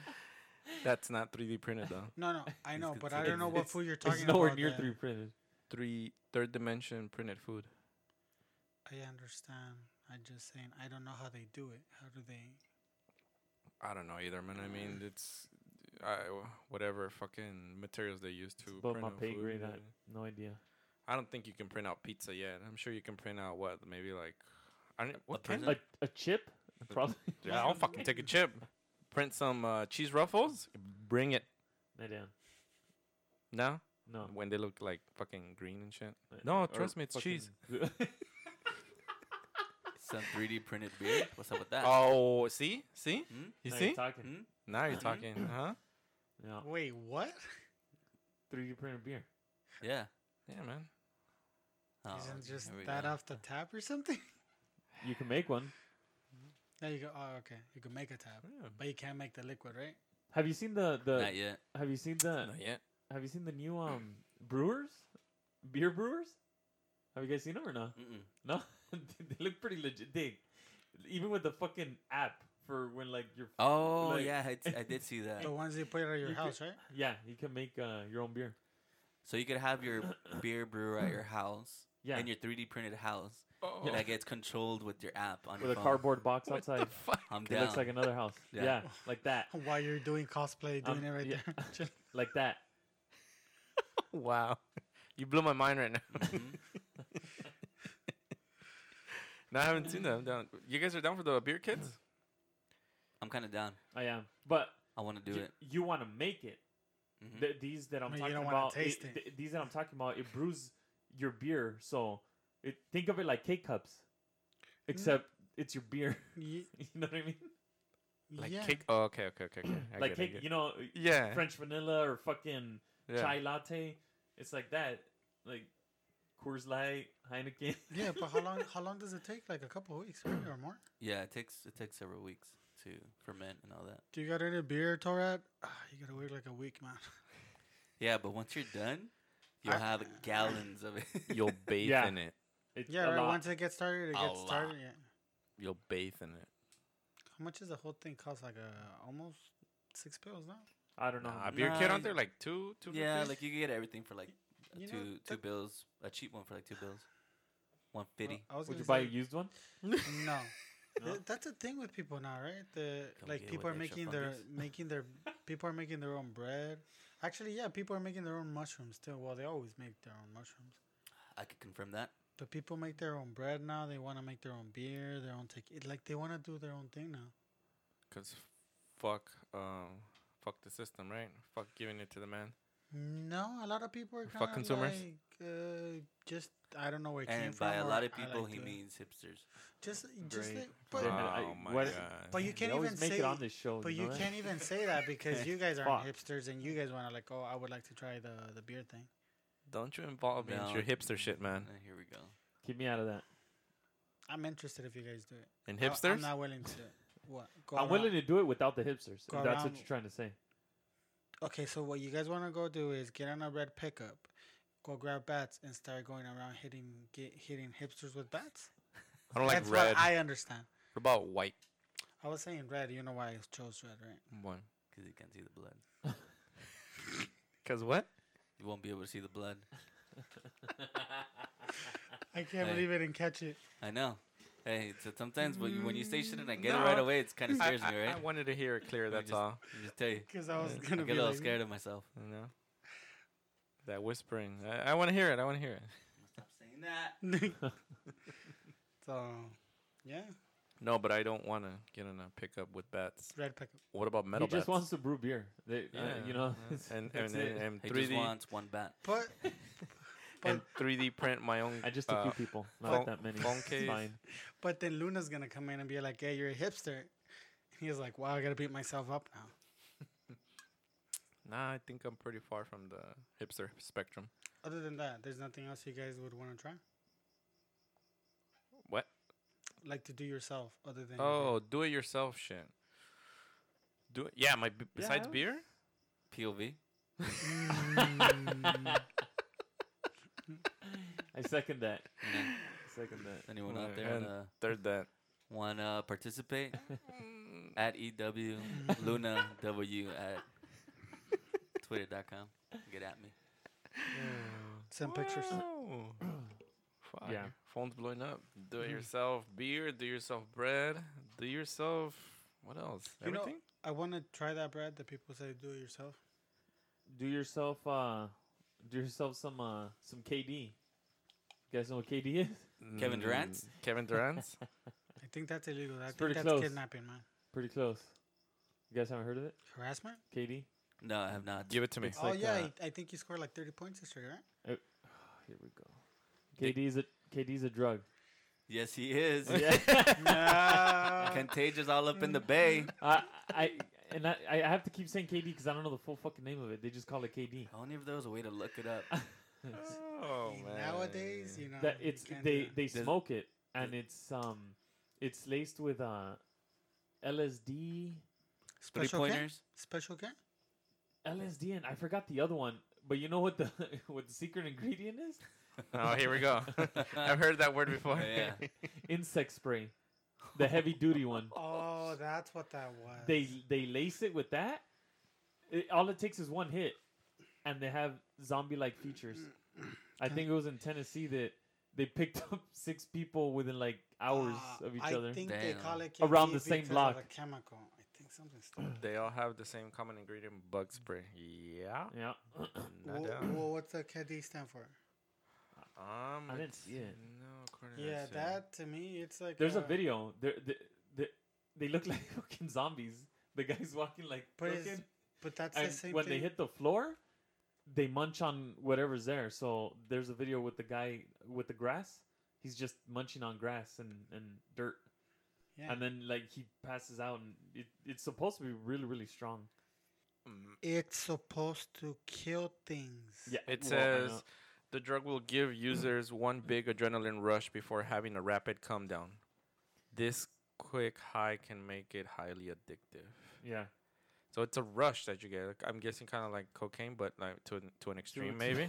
Speaker 2: That's not 3D printed though.
Speaker 4: No, no, I know,
Speaker 1: good
Speaker 4: but
Speaker 1: to
Speaker 4: I
Speaker 1: know.
Speaker 4: don't know what
Speaker 3: It's-
Speaker 4: food you're talking
Speaker 3: It's nowhere
Speaker 4: about.
Speaker 3: near
Speaker 4: that
Speaker 3: three printed.
Speaker 2: Three third dimension printed food.
Speaker 4: I understand. I'm just saying I don't know how they do it. How do they?
Speaker 2: I don't know either, man. I mean, it's I, whatever fucking materials they use to
Speaker 3: Above my
Speaker 2: out
Speaker 3: pay
Speaker 2: food,
Speaker 3: grade,
Speaker 2: man.
Speaker 3: I no idea.
Speaker 2: I don't think you can print out pizza yet. I'm sure you can print out what maybe like I don't what
Speaker 1: person-
Speaker 2: can
Speaker 1: Yeah.
Speaker 3: A, a chip, probably.
Speaker 2: yeah, I'll fucking take a chip. Print some uh, cheese ruffles. Bring it
Speaker 3: Nah, damn.
Speaker 2: now
Speaker 3: No.
Speaker 2: when they look like fucking green and shit.
Speaker 3: Uh,
Speaker 2: No,
Speaker 3: or
Speaker 2: trust me, it's cheese.
Speaker 3: fucking-
Speaker 1: Some 3D printed beer. What's up with that?
Speaker 2: Oh, see, see,
Speaker 1: Hmm?
Speaker 2: you
Speaker 3: Now you're
Speaker 2: see.
Speaker 3: talking.
Speaker 1: Hmm?
Speaker 2: now you're
Speaker 1: Mhm.
Speaker 2: talking, Uh-huh. huh? Hmm?
Speaker 3: Yeah.
Speaker 4: Wait, what?
Speaker 3: 3D printed beer.
Speaker 1: Yeah.
Speaker 2: Yeah, man.
Speaker 1: Oh,
Speaker 4: Isn't
Speaker 1: okay,
Speaker 4: just
Speaker 1: here we
Speaker 4: that
Speaker 1: go.
Speaker 4: off the tap or something?
Speaker 3: You can make one.
Speaker 4: There you go. Oh, okay. You can make a tap,
Speaker 2: Yeah.
Speaker 4: but you can't make the liquid, right?
Speaker 3: Have you seen the the?
Speaker 1: Not yet.
Speaker 3: Have you seen the?
Speaker 2: Not yet.
Speaker 3: Have you seen the new um brewers? Beer brewers? Have you guys seen them or no?
Speaker 1: Mm-mm.
Speaker 3: No, they look pretty legit. They, even with the fucking app for when like your
Speaker 1: Oh
Speaker 3: Like-
Speaker 1: yeah, I, I did see that.
Speaker 4: The ones you put at your
Speaker 3: You
Speaker 4: house, right?
Speaker 3: yeah, you can make uh, your own beer.
Speaker 1: So you could have your beer brewer at your house,
Speaker 3: Yeah,
Speaker 1: in your 3D printed house
Speaker 2: Oh,
Speaker 1: that gets controlled with your app on
Speaker 3: with
Speaker 1: your
Speaker 3: a
Speaker 1: phone.
Speaker 3: cardboard box
Speaker 2: what
Speaker 3: outside.
Speaker 2: the fuck?
Speaker 1: I'm
Speaker 3: It
Speaker 1: down.
Speaker 3: looks like another house.
Speaker 1: Yeah.
Speaker 3: Yeah, like that,
Speaker 4: While you're doing cosplay,
Speaker 3: Um,
Speaker 4: doing it right
Speaker 3: yeah.
Speaker 4: there. Chill.
Speaker 3: like that.
Speaker 2: Wow, you blew my mind right now.
Speaker 1: Mhm.
Speaker 2: no, I haven't seen that. I'm down. You guys are down for the beer kids?
Speaker 1: I'm kind of down.
Speaker 3: I am, but
Speaker 1: I want to do
Speaker 3: you,
Speaker 1: it.
Speaker 3: you want to make it.
Speaker 2: Hmm?
Speaker 1: Mhm.
Speaker 3: Th- these that I'm
Speaker 4: No, you
Speaker 3: talking
Speaker 4: don't wanna
Speaker 3: about,
Speaker 4: taste
Speaker 3: it-
Speaker 4: it.
Speaker 3: th- these that I'm talking about, it brews your beer. So, it, think of it like K cups,
Speaker 4: Hmm.
Speaker 3: except it's your beer.
Speaker 4: Ye-
Speaker 3: you know what I mean?
Speaker 2: Like
Speaker 4: yeah.
Speaker 2: cake? Oh, okay, okay, okay, okay. I get
Speaker 3: like
Speaker 2: it, I
Speaker 3: cake,
Speaker 2: get
Speaker 3: you know,
Speaker 2: it. yeah,
Speaker 3: French vanilla or fucking
Speaker 2: yeah.
Speaker 3: chai latte. It's like that, like Coors Light, Heineken.
Speaker 4: Yeah, but how long? How long does it take? Like a couple of weeks, right, or more?
Speaker 1: Yeah, it takes it takes several weeks to ferment and all that.
Speaker 4: Do you got any beer, Torad? Ah, you gotta wait like a week, man.
Speaker 1: Yeah, but once you're done, you'll
Speaker 4: I-
Speaker 1: have gallons of it.
Speaker 2: You'll bathe
Speaker 3: Yeah.
Speaker 2: in it.
Speaker 3: It's
Speaker 4: Yeah,
Speaker 3: a
Speaker 4: right.
Speaker 3: lot.
Speaker 4: Once it gets started, it
Speaker 1: A
Speaker 4: gets started.
Speaker 1: lot.
Speaker 4: Yeah.
Speaker 2: You'll bathe in it.
Speaker 4: How much does the whole thing cost? Like uh, almost six pills now.
Speaker 3: I don't know.
Speaker 2: Nah,
Speaker 3: how
Speaker 2: a
Speaker 3: much.
Speaker 2: beer kid,
Speaker 1: Nah,
Speaker 2: aren't there like two, two?
Speaker 1: yeah, like you can get everything for like uh,
Speaker 4: You know,
Speaker 1: two two
Speaker 4: that-
Speaker 1: bills, a cheap one for like two bills, one fifty.
Speaker 4: I was
Speaker 3: Would you
Speaker 4: gonna
Speaker 3: buy a
Speaker 4: say-
Speaker 3: used one?
Speaker 4: No.
Speaker 3: No?
Speaker 4: Th- That's the thing with people now, right? The
Speaker 1: Come
Speaker 4: like
Speaker 1: get
Speaker 4: people
Speaker 1: with
Speaker 4: are
Speaker 1: extra
Speaker 4: making their
Speaker 1: fungus.
Speaker 4: making their people are making their own bread. Actually, yeah, people are making their own mushrooms too. Well, they always make their own mushrooms.
Speaker 1: I could confirm that.
Speaker 4: But people make their own bread now. They want to make their own beer, their own take. It, like they want to do their own thing now.
Speaker 2: Cause fuck, um, fuck the system, right? Fuck giving it to the man.
Speaker 4: No, a lot of people are
Speaker 2: Fuck
Speaker 4: kind of
Speaker 2: consumers.
Speaker 4: Like, uh, just I don't know where it came
Speaker 1: And
Speaker 4: from.
Speaker 1: by a
Speaker 4: or
Speaker 1: lot of
Speaker 4: I
Speaker 1: people,
Speaker 4: like
Speaker 1: he
Speaker 4: doing-
Speaker 1: means hipsters.
Speaker 4: just just
Speaker 2: Great. Oh
Speaker 4: like, but,
Speaker 3: Yeah, I-
Speaker 2: my
Speaker 3: what-
Speaker 2: god.
Speaker 4: but you
Speaker 3: They
Speaker 4: can't even
Speaker 3: always make
Speaker 4: say
Speaker 3: it on this show.
Speaker 4: But
Speaker 3: you,
Speaker 4: you
Speaker 3: know that?
Speaker 4: can't even say that because you guys aren't
Speaker 3: Fuck.
Speaker 4: hipsters and you guys want to like, oh, I would like to try the the beer thing.
Speaker 2: don't you involve me into your
Speaker 1: No.
Speaker 2: hipster shit, man.
Speaker 1: Uh, here we go.
Speaker 3: Keep me out of that.
Speaker 4: I'm interested if you guys do it.
Speaker 2: And
Speaker 4: I-
Speaker 2: hipsters?
Speaker 4: I'm not willing to. What? Go
Speaker 3: I'm willing
Speaker 4: around-
Speaker 3: to do it without the hipsters.
Speaker 4: Go
Speaker 3: If that's
Speaker 4: around-
Speaker 3: what you're trying to say.
Speaker 4: Okay, so what you guys want to go do is get on a red pickup, go grab bats, and start going around hitting get, hitting hipsters with bats.
Speaker 2: I don't like
Speaker 4: That's
Speaker 2: red.
Speaker 4: what I understand.
Speaker 2: what about white
Speaker 4: I was saying red. You know why I chose red, right?
Speaker 2: one?
Speaker 1: Because you can't see the blood.
Speaker 2: Cause what?
Speaker 1: You won't be able to see the blood.
Speaker 4: I can't
Speaker 1: Hey.
Speaker 4: believe I didn't catch it.
Speaker 1: I know. Hey, so sometimes when you, when you say shit and I get it right
Speaker 2: No.
Speaker 1: away, it's kind of
Speaker 2: I,
Speaker 1: scares me,
Speaker 2: I-
Speaker 1: right?
Speaker 2: I wanted to hear it clear.
Speaker 1: I
Speaker 2: That's
Speaker 1: just-
Speaker 2: all.
Speaker 1: I just tell you.
Speaker 4: Because I was
Speaker 1: I
Speaker 4: gonna
Speaker 1: get
Speaker 4: be
Speaker 1: a little
Speaker 4: like,
Speaker 1: scared of myself.
Speaker 2: You know. That whispering. I, I want to hear it. I want to hear it.
Speaker 1: Stop saying that.
Speaker 4: so, yeah,
Speaker 2: No, but I don't want to get in a pickup with bats.
Speaker 4: red pickup.
Speaker 2: What about metal
Speaker 3: he just
Speaker 2: bats?
Speaker 3: wants to brew beer. They, uh, you know,
Speaker 2: yeah. and and,
Speaker 3: that's
Speaker 2: and,
Speaker 3: it.
Speaker 2: and
Speaker 1: He
Speaker 2: 3D
Speaker 1: just wants one bat.
Speaker 4: But
Speaker 2: and 3D print my own.
Speaker 3: I just a
Speaker 2: uh,
Speaker 3: few people, not
Speaker 2: phone-
Speaker 3: that many.
Speaker 2: phone
Speaker 3: It's
Speaker 2: case.
Speaker 3: fine.
Speaker 4: but then Luna's gonna come in and be like, "Hey, you're a hipster." And he's like, "Wow, I gotta beat myself up now."
Speaker 2: Nah, I think I'm pretty far from the hipster spectrum.
Speaker 4: Other than that, there's nothing else you guys would want to try,
Speaker 2: What?
Speaker 4: like to do yourself. Other than
Speaker 2: Oh, do it yourself shit. Do it. Yeah, my b- besides
Speaker 3: Yeah.
Speaker 2: beer.
Speaker 1: POV.
Speaker 3: I second that. I second that.
Speaker 1: Anyone out
Speaker 2: Right,
Speaker 1: there
Speaker 2: and
Speaker 1: uh,
Speaker 2: Third that.
Speaker 1: want to participate? at EW Luna W at twitter.com. Get at me.
Speaker 4: send pictures.
Speaker 2: Wow. Fuck.
Speaker 3: Yeah.
Speaker 2: Phone's blowing up. Do it yourself beer. Do yourself bread. Do yourself. What else?
Speaker 4: You know-
Speaker 2: Everything.
Speaker 4: I want to try that bread that people say do it yourself.
Speaker 3: Do yourself uh, do yourself some uh, some KD. You guys know what KD is?
Speaker 1: Kevin
Speaker 2: Mm,
Speaker 1: Durant?
Speaker 2: Kevin Durant.
Speaker 4: I think that's illegal. I
Speaker 3: pretty
Speaker 4: think that's
Speaker 3: close.
Speaker 4: kidnapping, man.
Speaker 3: Pretty close. You guys haven't heard of it?
Speaker 4: Harassment?
Speaker 3: KD.
Speaker 1: No, I have not.
Speaker 2: Give it to me.
Speaker 3: It's
Speaker 4: oh,
Speaker 3: like,
Speaker 4: yeah.
Speaker 3: uh,
Speaker 4: I, I think you scored like 30 points yesterday, right?
Speaker 3: Oh, Here we go. KD's a KD's a drug.
Speaker 1: Yes, he is.
Speaker 4: no.
Speaker 1: Contagious all up in the bay.
Speaker 3: I, I and I, I have to keep saying KD because I don't know the full fucking name of it. They just call it KD.
Speaker 1: Only if there was a way to look it up.
Speaker 2: Oh man.
Speaker 4: Nowadays, you know.
Speaker 3: that
Speaker 4: you
Speaker 3: it's
Speaker 4: can't do
Speaker 3: they
Speaker 4: that.
Speaker 3: they
Speaker 1: Does-
Speaker 3: smoke it and it's um it's laced with uh LSD
Speaker 1: Three
Speaker 4: Special care?
Speaker 1: pointers.
Speaker 4: Special care?
Speaker 3: LSD and I forgot the other one. But you know what the what the secret ingredient is?
Speaker 2: Oh, here we go. I've heard that word before.
Speaker 1: Yeah.
Speaker 3: Insect spray, the heavy duty one.
Speaker 4: Oh, that's what that was.
Speaker 3: They they lace it with that. It, all it takes is one hit, and they have zombie like features. I think it was in Tennessee that they picked up six people within like hours
Speaker 4: Ah,
Speaker 3: of each
Speaker 4: I
Speaker 3: other.
Speaker 4: think they
Speaker 1: Damn.
Speaker 4: call it
Speaker 3: Around
Speaker 4: KD
Speaker 3: the same
Speaker 4: because of
Speaker 3: block.
Speaker 4: a chemical. I think something stupid.
Speaker 2: They all have the same common ingredient, bug spray. Yeah.
Speaker 3: Yeah,
Speaker 2: Not
Speaker 4: Wha-
Speaker 2: down.
Speaker 4: wha- what's the KD stand for?
Speaker 2: Um,
Speaker 3: I didn't
Speaker 2: it's-
Speaker 3: see it.
Speaker 2: No, according to
Speaker 4: Yeah,
Speaker 2: this,
Speaker 4: that to me, it's like
Speaker 3: there's a
Speaker 4: uh,
Speaker 3: video. They're, they they they look like fucking zombies. The guy's walking like
Speaker 4: But it's
Speaker 3: fucking-
Speaker 4: But that's the
Speaker 3: and
Speaker 4: same
Speaker 3: when
Speaker 4: thing.
Speaker 3: they hit the floor, they munch on whatever's there. So there's a video with the guy with the grass. He's just munching on grass and, and dirt,
Speaker 4: yeah.
Speaker 3: and then like he passes out, and it, it's supposed to be really really strong.
Speaker 2: Mm,
Speaker 4: it's supposed to kill things.
Speaker 3: Yeah,
Speaker 2: It
Speaker 3: well, I know.
Speaker 2: says the drug will give users one big adrenaline rush before having a rapid come down. This quick high can make it highly addictive.
Speaker 3: yeah,
Speaker 2: So it's a rush that you get. Like, I'm guessing kind of like cocaine, but like to an, to an extreme, maybe.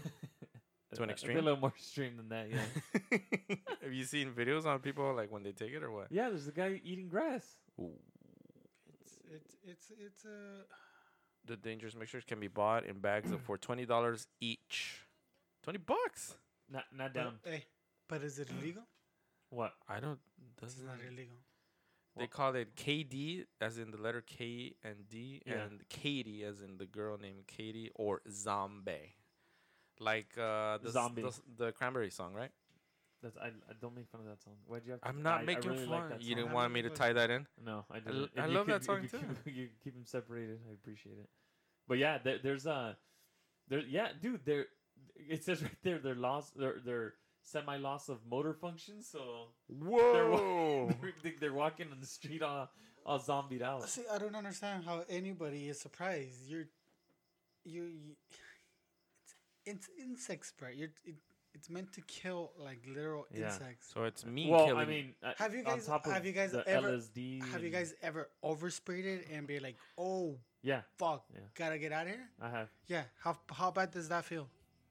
Speaker 2: To an
Speaker 3: A-
Speaker 2: extreme?
Speaker 3: a little more extreme than that. Yeah,
Speaker 2: Have you seen videos on people like when they take it or what?
Speaker 3: yeah. There's a guy eating grass.
Speaker 4: It's it's it's a
Speaker 2: The dangerous mixtures can be bought in bags of for twenty dollars each. Twenty bucks.
Speaker 3: Not not
Speaker 4: but,
Speaker 3: down.
Speaker 4: Hey, but is it
Speaker 3: Mm.
Speaker 4: illegal?
Speaker 3: What?
Speaker 2: I don't.
Speaker 4: It's
Speaker 2: Doesn't
Speaker 4: not illegal.
Speaker 2: they call it KD as in the letter K and D,
Speaker 3: Yeah.
Speaker 2: and Katie as in the girl named Katie or Zombie, like uh, the, s-
Speaker 3: Zombie.
Speaker 2: the s- the Cranberry song, right?
Speaker 3: That's I, I. don't make fun of that song. Why'd you have? To,
Speaker 2: I'm not
Speaker 3: I- I
Speaker 2: making
Speaker 3: really like
Speaker 2: fun.
Speaker 3: that
Speaker 2: you
Speaker 3: song.
Speaker 2: didn't
Speaker 4: I
Speaker 2: want
Speaker 4: don't
Speaker 2: me to
Speaker 4: know.
Speaker 2: tie that in.
Speaker 3: No, I
Speaker 2: l-
Speaker 3: didn't.
Speaker 2: I
Speaker 3: If you
Speaker 2: love that
Speaker 3: could- if
Speaker 2: song,
Speaker 3: you Keep, you keep them separated. I appreciate it. But yeah, there, there's a, there. Yeah, dude, there. It says right there they're lost. They're they're semi loss of motor function. So
Speaker 4: Oh.
Speaker 2: Whoa!
Speaker 3: they're, they're walking on the street all all zombied out.
Speaker 4: See, I don't understand how anybody is surprised. You're you you- it's, it's insect spray. You're it, it's meant to kill like literal
Speaker 3: Yeah.
Speaker 4: insects.
Speaker 2: so it's me
Speaker 3: well, I
Speaker 2: killing.
Speaker 3: mean, uh,
Speaker 4: Have you
Speaker 3: on
Speaker 4: guys-
Speaker 3: top of
Speaker 4: have you guys
Speaker 3: the
Speaker 4: ever-
Speaker 3: LSD?
Speaker 4: Have you
Speaker 3: and-
Speaker 4: guys ever oversprayed it and be like, "Oh
Speaker 3: Yeah,
Speaker 4: fuck,
Speaker 3: Yeah.
Speaker 4: gotta get out of here"?
Speaker 3: I have
Speaker 4: Yeah. How how bad does that feel?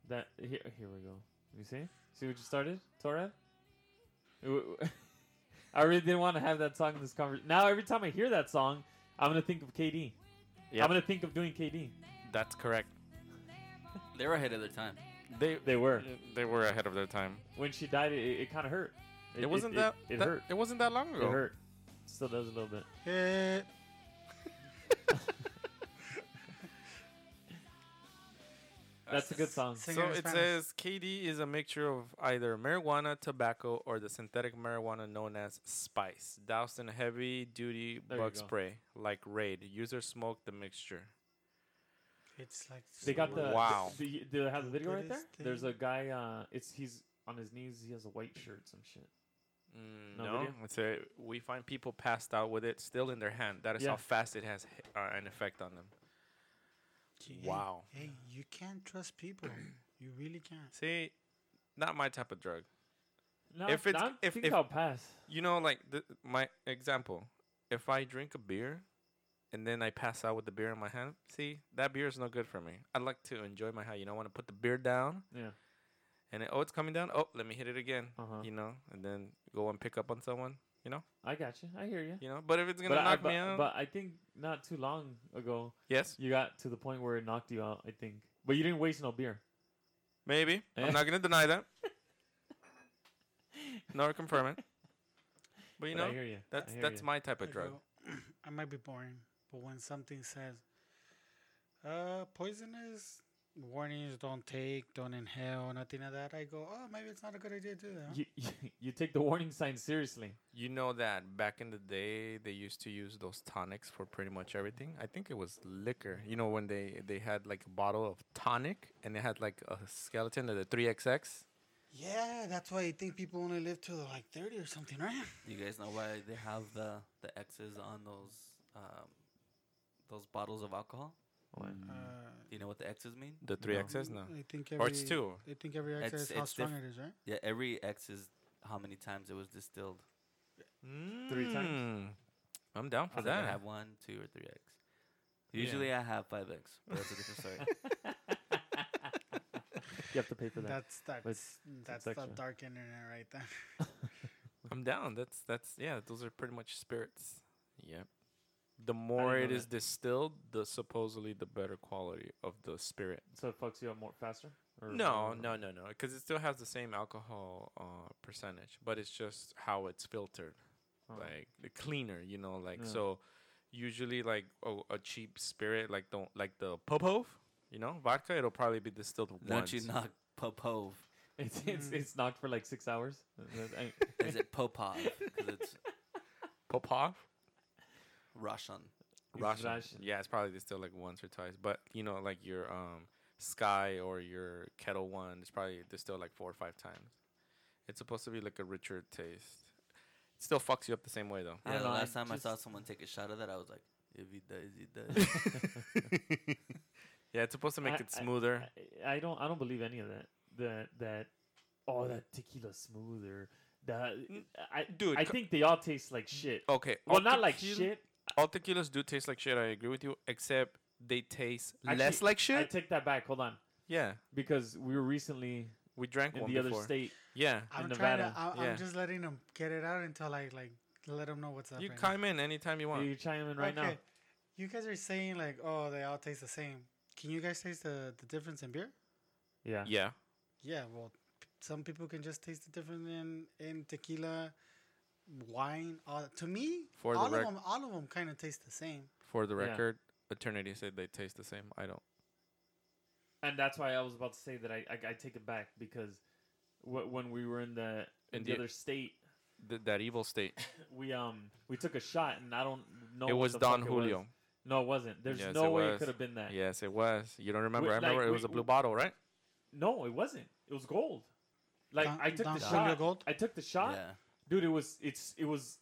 Speaker 3: that. Here, here we go. You see, see what you started, Torad. W- w- I really didn't want to have that song in this conversation. Now every time I hear that song, I'm gonna think of KD.
Speaker 2: yeah,
Speaker 3: I'm gonna think of doing KD.
Speaker 2: that's correct.
Speaker 1: They were ahead of their time.
Speaker 2: They
Speaker 3: They were.
Speaker 2: they were ahead of their time.
Speaker 3: When she died, it, it kind of hurt.
Speaker 2: It, wasn't that
Speaker 3: It,
Speaker 2: that-
Speaker 3: hurt.
Speaker 2: It wasn't that long
Speaker 3: It
Speaker 2: ago.
Speaker 3: hurt. Still does a little bit.
Speaker 4: Eh,
Speaker 3: That's a good song.
Speaker 4: Sing
Speaker 2: so
Speaker 4: in
Speaker 2: it
Speaker 4: Spanish.
Speaker 2: says KD is a mixture of either marijuana, tobacco, or the synthetic marijuana known as spice, doused in heavy duty
Speaker 3: There you
Speaker 2: bug
Speaker 3: go.
Speaker 2: spray like Raid. User smoked the mixture.
Speaker 4: It's like
Speaker 3: They got the
Speaker 2: Wow.
Speaker 3: Do, you, do they have the video right there? There's
Speaker 4: Goodest thing.
Speaker 3: a guy. Uh, it's he's on his knees. He has a white shirt, some shit.
Speaker 2: Mm,
Speaker 3: No
Speaker 2: no,
Speaker 3: video?
Speaker 2: it's a, we find people passed out with it still in their hand. That is
Speaker 3: Yeah.
Speaker 2: how fast it has h- uh, an effect on them.
Speaker 4: Gee,
Speaker 2: Wow.
Speaker 4: Hey, hey, you can't trust people. you really can't.
Speaker 2: See, not my type of drug.
Speaker 3: No,
Speaker 2: If it's-
Speaker 3: no, I
Speaker 2: if-
Speaker 3: think
Speaker 2: if-
Speaker 3: I'll pass.
Speaker 2: You know, like th- my example, if I drink a beer and then I pass out with the beer in my hand, see, that beer is no good for me. I like to enjoy my high. You know, I want to put the beer down
Speaker 3: Yeah.
Speaker 2: and then, oh, it's coming down. Oh, let me hit it again.
Speaker 3: Uh-huh.
Speaker 2: You know, and then go and pick up on someone. You know,
Speaker 3: I got you. I hear you.
Speaker 2: you know. But if it's gonna
Speaker 3: But I,
Speaker 2: knock
Speaker 3: but,
Speaker 2: me out,
Speaker 3: but I think not too long ago
Speaker 2: yes,
Speaker 3: you got to the point where it knocked you out. I think, but you didn't waste no beer.
Speaker 2: maybe.
Speaker 3: Eh?
Speaker 2: I'm not gonna deny that. Nor confirm it. But you
Speaker 3: But I
Speaker 2: know,
Speaker 3: hear you. I
Speaker 2: that's
Speaker 3: hear
Speaker 2: that's
Speaker 3: you.
Speaker 2: my type of
Speaker 4: I
Speaker 2: drug.
Speaker 4: go, I might be boring. But when something says, uh, poisonous warnings, don't take, don't inhale, nothing like that, I go, oh, maybe it's not a good idea to do that. huh?"
Speaker 3: You, you, you take the warning sign seriously.
Speaker 2: You know that back in the day they used to use those tonics for pretty much everything. I think it was liquor. You know when they they had like a bottle of tonic and they had like a skeleton of the three XX.
Speaker 4: Yeah, that's why you think people only live till they're like 30 or something, right?
Speaker 1: You guys know why they have the the X's on those um, those bottles of alcohol?
Speaker 3: Mm.
Speaker 4: Uh,
Speaker 1: Do you know what the X's mean?
Speaker 2: The three
Speaker 1: No.
Speaker 2: X's, no.
Speaker 4: I think every,
Speaker 2: Or it's two.
Speaker 4: I think every
Speaker 1: It's-
Speaker 4: actor is how
Speaker 1: it's
Speaker 4: strong
Speaker 1: diff-
Speaker 4: it is, right?
Speaker 1: Yeah, every X is how many times it was distilled.
Speaker 3: Three times.
Speaker 2: Mm. I'm down for
Speaker 1: So I
Speaker 2: that.
Speaker 1: have one, two, or three X.
Speaker 2: Yeah.
Speaker 1: Usually I have five X, but that's a different story.
Speaker 3: You have to pay for that.
Speaker 4: That's that's
Speaker 3: it's-
Speaker 4: that's the
Speaker 3: extra.
Speaker 4: dark internet right there.
Speaker 2: I'm down. That's that's yeah. Those are pretty much spirits. Yep. The more it
Speaker 3: know
Speaker 2: is
Speaker 3: that.
Speaker 2: distilled, the supposedly the better quality of the spirit.
Speaker 3: So it fucks you up more faster. Or
Speaker 2: No,
Speaker 3: more-
Speaker 2: no, no, no. Because it still has the same alcohol uh, percentage, but it's just how it's filtered,
Speaker 3: Oh.
Speaker 2: like the cleaner. You know, like
Speaker 3: Yeah.
Speaker 2: so. Usually, like oh, a cheap spirit, like the like the popov, you know, vodka. It'll probably be distilled once.
Speaker 1: Don't you knock Popov?
Speaker 3: It's
Speaker 4: Mm.
Speaker 3: it's it's knocked for like six hours. That- I-
Speaker 1: Is it Popov? Because it's
Speaker 2: Popov,
Speaker 1: Russian.
Speaker 3: It's
Speaker 2: Russian.
Speaker 3: Russian.
Speaker 2: Yeah, it's probably distilled like once or twice. But you know, like your um sky or your kettle one, it's probably distilled like four or five times. It's supposed to be like a richer taste. It still fucks you up the same way though.
Speaker 3: I
Speaker 1: Yeah,
Speaker 3: don't
Speaker 1: the
Speaker 3: know, I
Speaker 1: last time
Speaker 3: just-
Speaker 1: I saw someone take a shot of that, I was like, if he does, he does.
Speaker 2: Yeah, it's supposed to make
Speaker 3: I-
Speaker 2: it smoother.
Speaker 3: I, I don't I don't believe any of that. That that oh that tequila smoother. That I
Speaker 2: dude,
Speaker 3: I
Speaker 2: co-
Speaker 3: think they all taste like shit.
Speaker 2: Okay.
Speaker 3: Well,
Speaker 2: all
Speaker 3: not like
Speaker 2: tequila-
Speaker 3: shit.
Speaker 2: All tequilas do taste like shit. I agree with you, except they taste less
Speaker 3: Actually,
Speaker 2: like
Speaker 3: I
Speaker 2: shit.
Speaker 3: take that back. Hold on,
Speaker 2: yeah,
Speaker 3: because we were recently
Speaker 2: we drank
Speaker 3: in
Speaker 2: one
Speaker 3: the other
Speaker 2: before.
Speaker 3: state.
Speaker 2: Yeah,
Speaker 4: I'm
Speaker 3: In
Speaker 4: trying to.
Speaker 3: Nevada,
Speaker 4: I,
Speaker 2: yeah.
Speaker 4: I'm just letting them get it out until I like let them know what's up.
Speaker 2: you
Speaker 4: right now.
Speaker 2: come in anytime you want.
Speaker 3: You chime in right now.
Speaker 4: Okay, You guys are saying like, oh, they all taste the same. Can you guys taste the, the difference in beer?
Speaker 3: Yeah.
Speaker 2: Yeah,
Speaker 4: Yeah, well, p- some people can just taste the difference in, in tequila, wine. All to me,
Speaker 2: For the
Speaker 4: all of
Speaker 2: rec-
Speaker 4: them, all of them kind of taste the same.
Speaker 2: for the
Speaker 3: Yeah.
Speaker 2: record, Eternity said they taste the same. I don't.
Speaker 3: and that's why I was about to say that I I, I take it back because wh- when we were in the in
Speaker 2: In
Speaker 3: the
Speaker 2: the-
Speaker 3: other state,
Speaker 2: Th- that evil state.
Speaker 3: we um we took a shot, and I don't know.
Speaker 2: it
Speaker 3: what
Speaker 2: was
Speaker 3: the fuck
Speaker 2: Don
Speaker 3: it was.
Speaker 2: Julio.
Speaker 3: No, it wasn't. There's
Speaker 2: Yes,
Speaker 3: no
Speaker 2: it
Speaker 3: way it
Speaker 2: was.
Speaker 3: could have been that.
Speaker 2: Yes, it was. You don't remember?
Speaker 3: Wait,
Speaker 2: I
Speaker 3: like,
Speaker 2: remember it
Speaker 3: we-
Speaker 2: was a blue
Speaker 3: w-
Speaker 2: bottle, right?
Speaker 3: No, it wasn't. It was gold. Like
Speaker 4: Don-
Speaker 3: I took
Speaker 4: Don
Speaker 3: the
Speaker 4: Julio
Speaker 3: shot.
Speaker 4: gold?
Speaker 3: I took the shot,
Speaker 1: yeah.
Speaker 3: dude. It was it's it was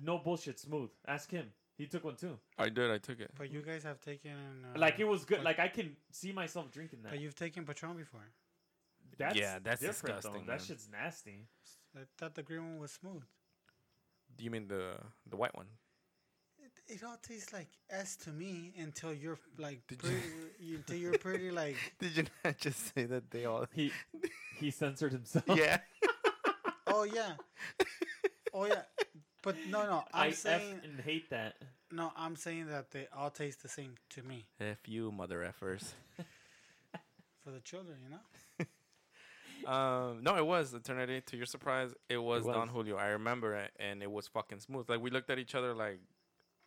Speaker 3: no bullshit smooth. Ask him. He took one too.
Speaker 4: Uh-huh.
Speaker 2: I did. I took it.
Speaker 4: But you guys have taken uh,
Speaker 3: Like it was good.
Speaker 4: but-
Speaker 3: Like I can see myself drinking that.
Speaker 4: But you've taken Patron before.
Speaker 3: That's
Speaker 2: Yeah, that's
Speaker 3: different, though.
Speaker 2: disgusting,
Speaker 3: That
Speaker 2: man.
Speaker 3: shit's nasty.
Speaker 4: I thought the green one was smooth.
Speaker 2: You mean the the white one?
Speaker 4: It, it all tastes like S to me until you're like pretty, you, until you're pretty like
Speaker 2: Did you not just say that they all?
Speaker 3: He he censored himself.
Speaker 2: yeah.
Speaker 4: oh yeah oh yeah but no no
Speaker 3: I
Speaker 4: I'm
Speaker 3: F
Speaker 4: saying
Speaker 3: and hate that.
Speaker 4: no I'm saying that they all taste the same to me
Speaker 2: F you, mother effers.
Speaker 4: for the children you know
Speaker 2: Um, no, it was Eternity. To your surprise, it was, Don
Speaker 3: was.
Speaker 2: Julio. I remember it, and it was fucking smooth. Like we looked at each other, like,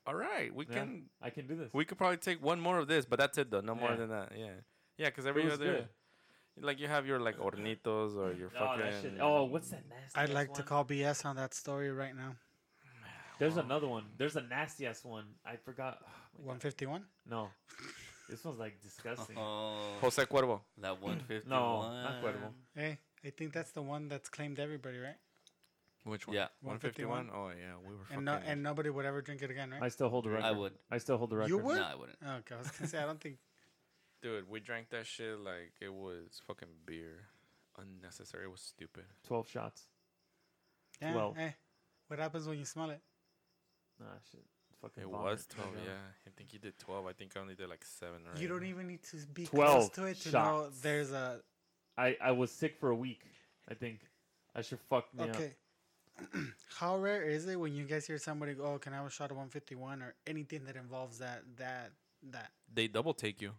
Speaker 2: all right, we
Speaker 3: Yeah,
Speaker 2: can,
Speaker 3: I can do this.
Speaker 2: we could probably take one more of this, but that's it though. No more
Speaker 3: Yeah.
Speaker 2: than that. Yeah, yeah, because
Speaker 3: it
Speaker 2: every
Speaker 3: was
Speaker 2: other,
Speaker 3: good.
Speaker 2: like you have your like hornitos or your
Speaker 3: Oh,
Speaker 2: fucking.
Speaker 3: that shit. Oh, what's that nasty?
Speaker 4: I'd like to call BS on that story right now
Speaker 3: There's another one. There's a nasty ass one. I forgot. Oh, my God.
Speaker 4: 151
Speaker 3: No, this one's like disgusting.
Speaker 2: Uh-huh.
Speaker 1: Oh,
Speaker 2: Jose Cuervo.
Speaker 1: that 151.
Speaker 3: No, not Cuervo.
Speaker 4: hey I think that's the one that's claimed everybody right
Speaker 2: Which
Speaker 1: Yeah,
Speaker 2: One fifty
Speaker 4: 151?
Speaker 2: one. Oh yeah, we were.
Speaker 4: and no
Speaker 2: fucking-
Speaker 4: and nobody would ever drink it again right
Speaker 3: I still hold the record.
Speaker 1: I would.
Speaker 3: I still hold the record.
Speaker 4: You would?
Speaker 1: No, I wouldn't.
Speaker 4: okay I was gonna say I don't think
Speaker 2: dude, we drank that shit like it was fucking beer. Unnecessary. It was stupid.
Speaker 3: Twelve shots.
Speaker 4: yeah,
Speaker 3: Well.
Speaker 4: hey what happens when you smell it
Speaker 3: Nah, shit. Fucking.
Speaker 2: It
Speaker 3: vomit.
Speaker 2: was twelve.
Speaker 3: Okay.
Speaker 2: Yeah, I think you did twelve. I think I only did like seven or.
Speaker 4: you
Speaker 2: eight.
Speaker 4: don't even need to be
Speaker 3: 12
Speaker 4: close to it to know
Speaker 3: shots.
Speaker 4: there's a
Speaker 3: I I was sick for a week. I think. I should fuck me up.
Speaker 4: Okay. How rare is it when you guys hear somebody go, oh, can I have a shot of 151 or anything that involves that, that, that?
Speaker 2: They double take you.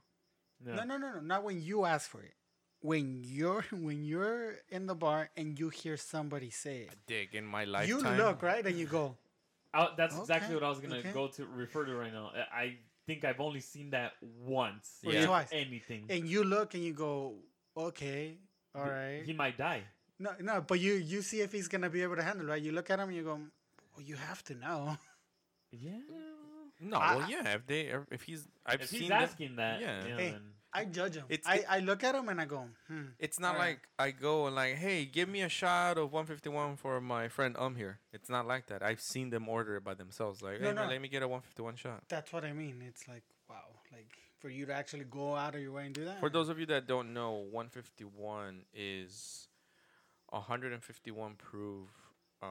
Speaker 3: Yeah.
Speaker 4: No, no, no, no. Not when you ask for it. When you're when you're in the bar and you hear somebody say it,
Speaker 2: dick in my lifetime.
Speaker 4: you look right and you go,
Speaker 3: I, Oh, that's exactly
Speaker 4: Okay,
Speaker 3: what I was gonna
Speaker 4: okay.
Speaker 3: go to refer to right now. I- I think I've only seen that once.
Speaker 4: Or
Speaker 3: if
Speaker 4: twice.
Speaker 3: Anything.
Speaker 4: and you look and you go, okay, all right.
Speaker 3: He might die.
Speaker 4: No, no, but you you see if he's gonna be able to handle, right? You look at him and you go, well, you have to know.
Speaker 3: Yeah.
Speaker 2: No,
Speaker 4: I-
Speaker 2: well, yeah. If they, if he's, I've
Speaker 3: If
Speaker 2: seen.
Speaker 3: he's
Speaker 2: that-
Speaker 3: asking that,
Speaker 2: yeah.
Speaker 3: you know,
Speaker 4: Hey.
Speaker 3: then-
Speaker 4: I judge him.
Speaker 2: It's-
Speaker 4: I,
Speaker 2: it-
Speaker 4: I look at him and I go, hmm.
Speaker 2: It's not
Speaker 4: Alright.
Speaker 2: like I go and like, hey, give me a shot of 151 for my friend Um here. It's not like that. I've seen them order it by themselves. Like,
Speaker 4: No,
Speaker 2: hey, man,
Speaker 4: no.
Speaker 2: let me get a 151 shot.
Speaker 4: That's what I mean. It's like, wow, like for you to actually go out of your way and do that.
Speaker 2: For those of you that don't know, 151 is 151 proof um,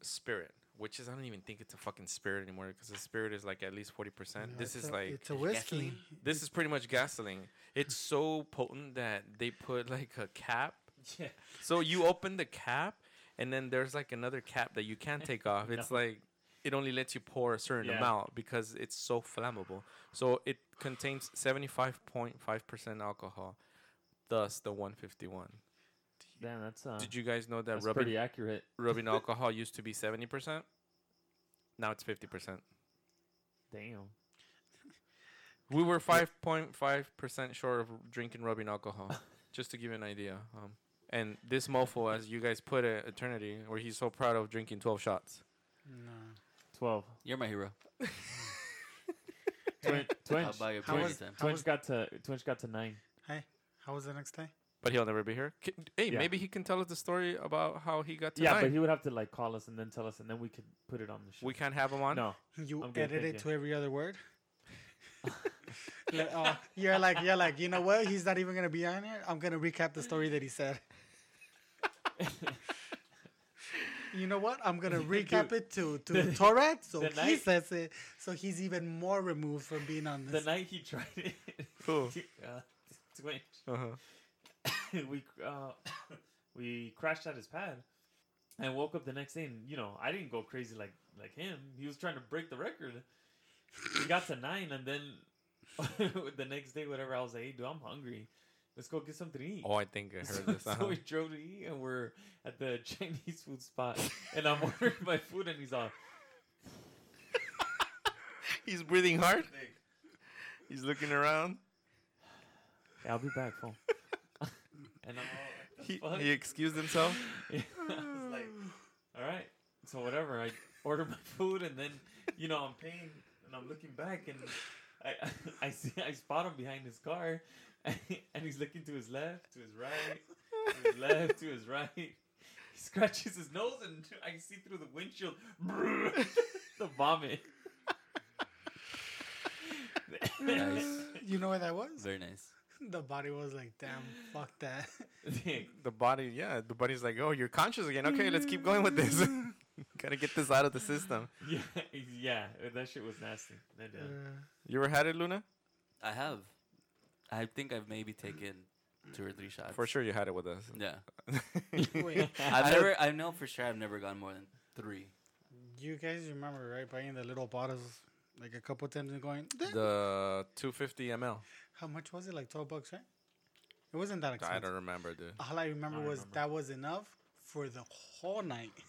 Speaker 2: spirit, which is I don't even think it's a fucking spirit anymore because the spirit is like at least 40%.
Speaker 4: No,
Speaker 2: this
Speaker 4: it's
Speaker 2: is
Speaker 4: a-
Speaker 2: like
Speaker 4: it's a whiskey.
Speaker 2: this is pretty much gasoline. It's so potent that they put like a cap.
Speaker 3: yeah.
Speaker 2: So you open the cap and then there's like another cap that you can't take off. It's like it only lets you pour a certain
Speaker 3: Yeah.
Speaker 2: amount because it's so flammable. So it contains 75.5% alcohol. Thus the 151.
Speaker 3: Damn, that's uh,
Speaker 2: Did you guys know that
Speaker 3: that's
Speaker 2: rubbing
Speaker 3: pretty accurate.
Speaker 2: rubbing alcohol used to be 70%? Now it's 50%.
Speaker 3: Damn.
Speaker 2: We were 5.5% short of drinking rubbing alcohol, just to give you an idea. Um, and this mofo, as you guys put it, Eternity, where he's so proud of drinking 12 shots.
Speaker 4: No.
Speaker 3: Twelve.
Speaker 1: You're my hero.
Speaker 3: Twin,
Speaker 1: I'll
Speaker 3: Twinch.
Speaker 1: buy you
Speaker 4: How
Speaker 1: plenty
Speaker 4: was-
Speaker 1: of time.
Speaker 4: how was-
Speaker 3: Twinch got to Twinch got to nine.
Speaker 4: How was the next day?
Speaker 2: But he'll never be here. K hey,
Speaker 3: Yeah.
Speaker 2: maybe he can tell us the story about how he got to
Speaker 3: Yeah,
Speaker 2: nine.
Speaker 3: but he would have to like call us and then tell us, and then we could put it on the show.
Speaker 2: we can't have him on.
Speaker 3: No.
Speaker 4: You
Speaker 3: I'm good,
Speaker 4: edit
Speaker 3: thank
Speaker 4: it
Speaker 3: you.
Speaker 4: to every other word. Like,
Speaker 3: uh,
Speaker 4: oh, you're like you're like you know what? He's not even gonna be on here. I'm gonna recap the story that he said. You know what? I'm gonna recap it to to Torad, so
Speaker 3: the
Speaker 4: he
Speaker 3: night-
Speaker 4: says it, so he's even more removed from being on
Speaker 3: the
Speaker 4: this.
Speaker 3: night he tried it,
Speaker 2: Cool.
Speaker 3: uh, Twinch.
Speaker 2: Uh-huh.
Speaker 3: we uh, we crashed at his pad and woke up the next day and you know i didn't go crazy like like him he was trying to break the record he got to nine and then the next day whatever i was like hey dude i'm hungry let's go get something to eat
Speaker 2: Oh, I think I heard
Speaker 3: so,
Speaker 2: this.
Speaker 3: so
Speaker 2: Uh-huh.
Speaker 3: we drove to eat and we're at the chinese food spot and i'm ordering my food and he's all
Speaker 2: he's breathing hard.
Speaker 5: Like,
Speaker 2: He's looking around.
Speaker 3: "Yeah, i'll be back fool and i'm all
Speaker 2: He,
Speaker 3: "What the
Speaker 2: he excused himself.
Speaker 3: fuck?" I was like all right. So whatever, I order my food and then, you know, I'm paying and I'm looking back and I I, see I spot him behind his car, and he's looking to his left, to his right, to his left, to his right. He scratches his nose and I see through the windshield the vomit.
Speaker 1: Nice.
Speaker 4: You know where that was?
Speaker 1: Very nice.
Speaker 4: The body was like, damn, fuck that.
Speaker 2: The body, yeah, the body's like, oh, you're conscious again. Okay, let's keep going with this. Gotta get this out of the system.
Speaker 3: yeah, yeah, that shit was nasty. That, uh,
Speaker 2: You ever had it, Luna?
Speaker 1: I have. I think I've maybe taken two or three shots.
Speaker 2: For sure, you had it with us.
Speaker 1: Yeah.
Speaker 4: Wait.
Speaker 1: I've
Speaker 2: I don't-
Speaker 1: never. I know for sure. I've never gone more than three.
Speaker 4: You guys remember, right? Buying the little bottles like a couple times and going, "Dang."
Speaker 2: the 250 ml.
Speaker 4: how much was it? Like 12 bucks, right? It wasn't that
Speaker 2: I
Speaker 4: expensive.
Speaker 2: don't remember, dude.
Speaker 4: All I remember
Speaker 3: I
Speaker 4: was
Speaker 3: remember.
Speaker 4: that was enough for the whole night.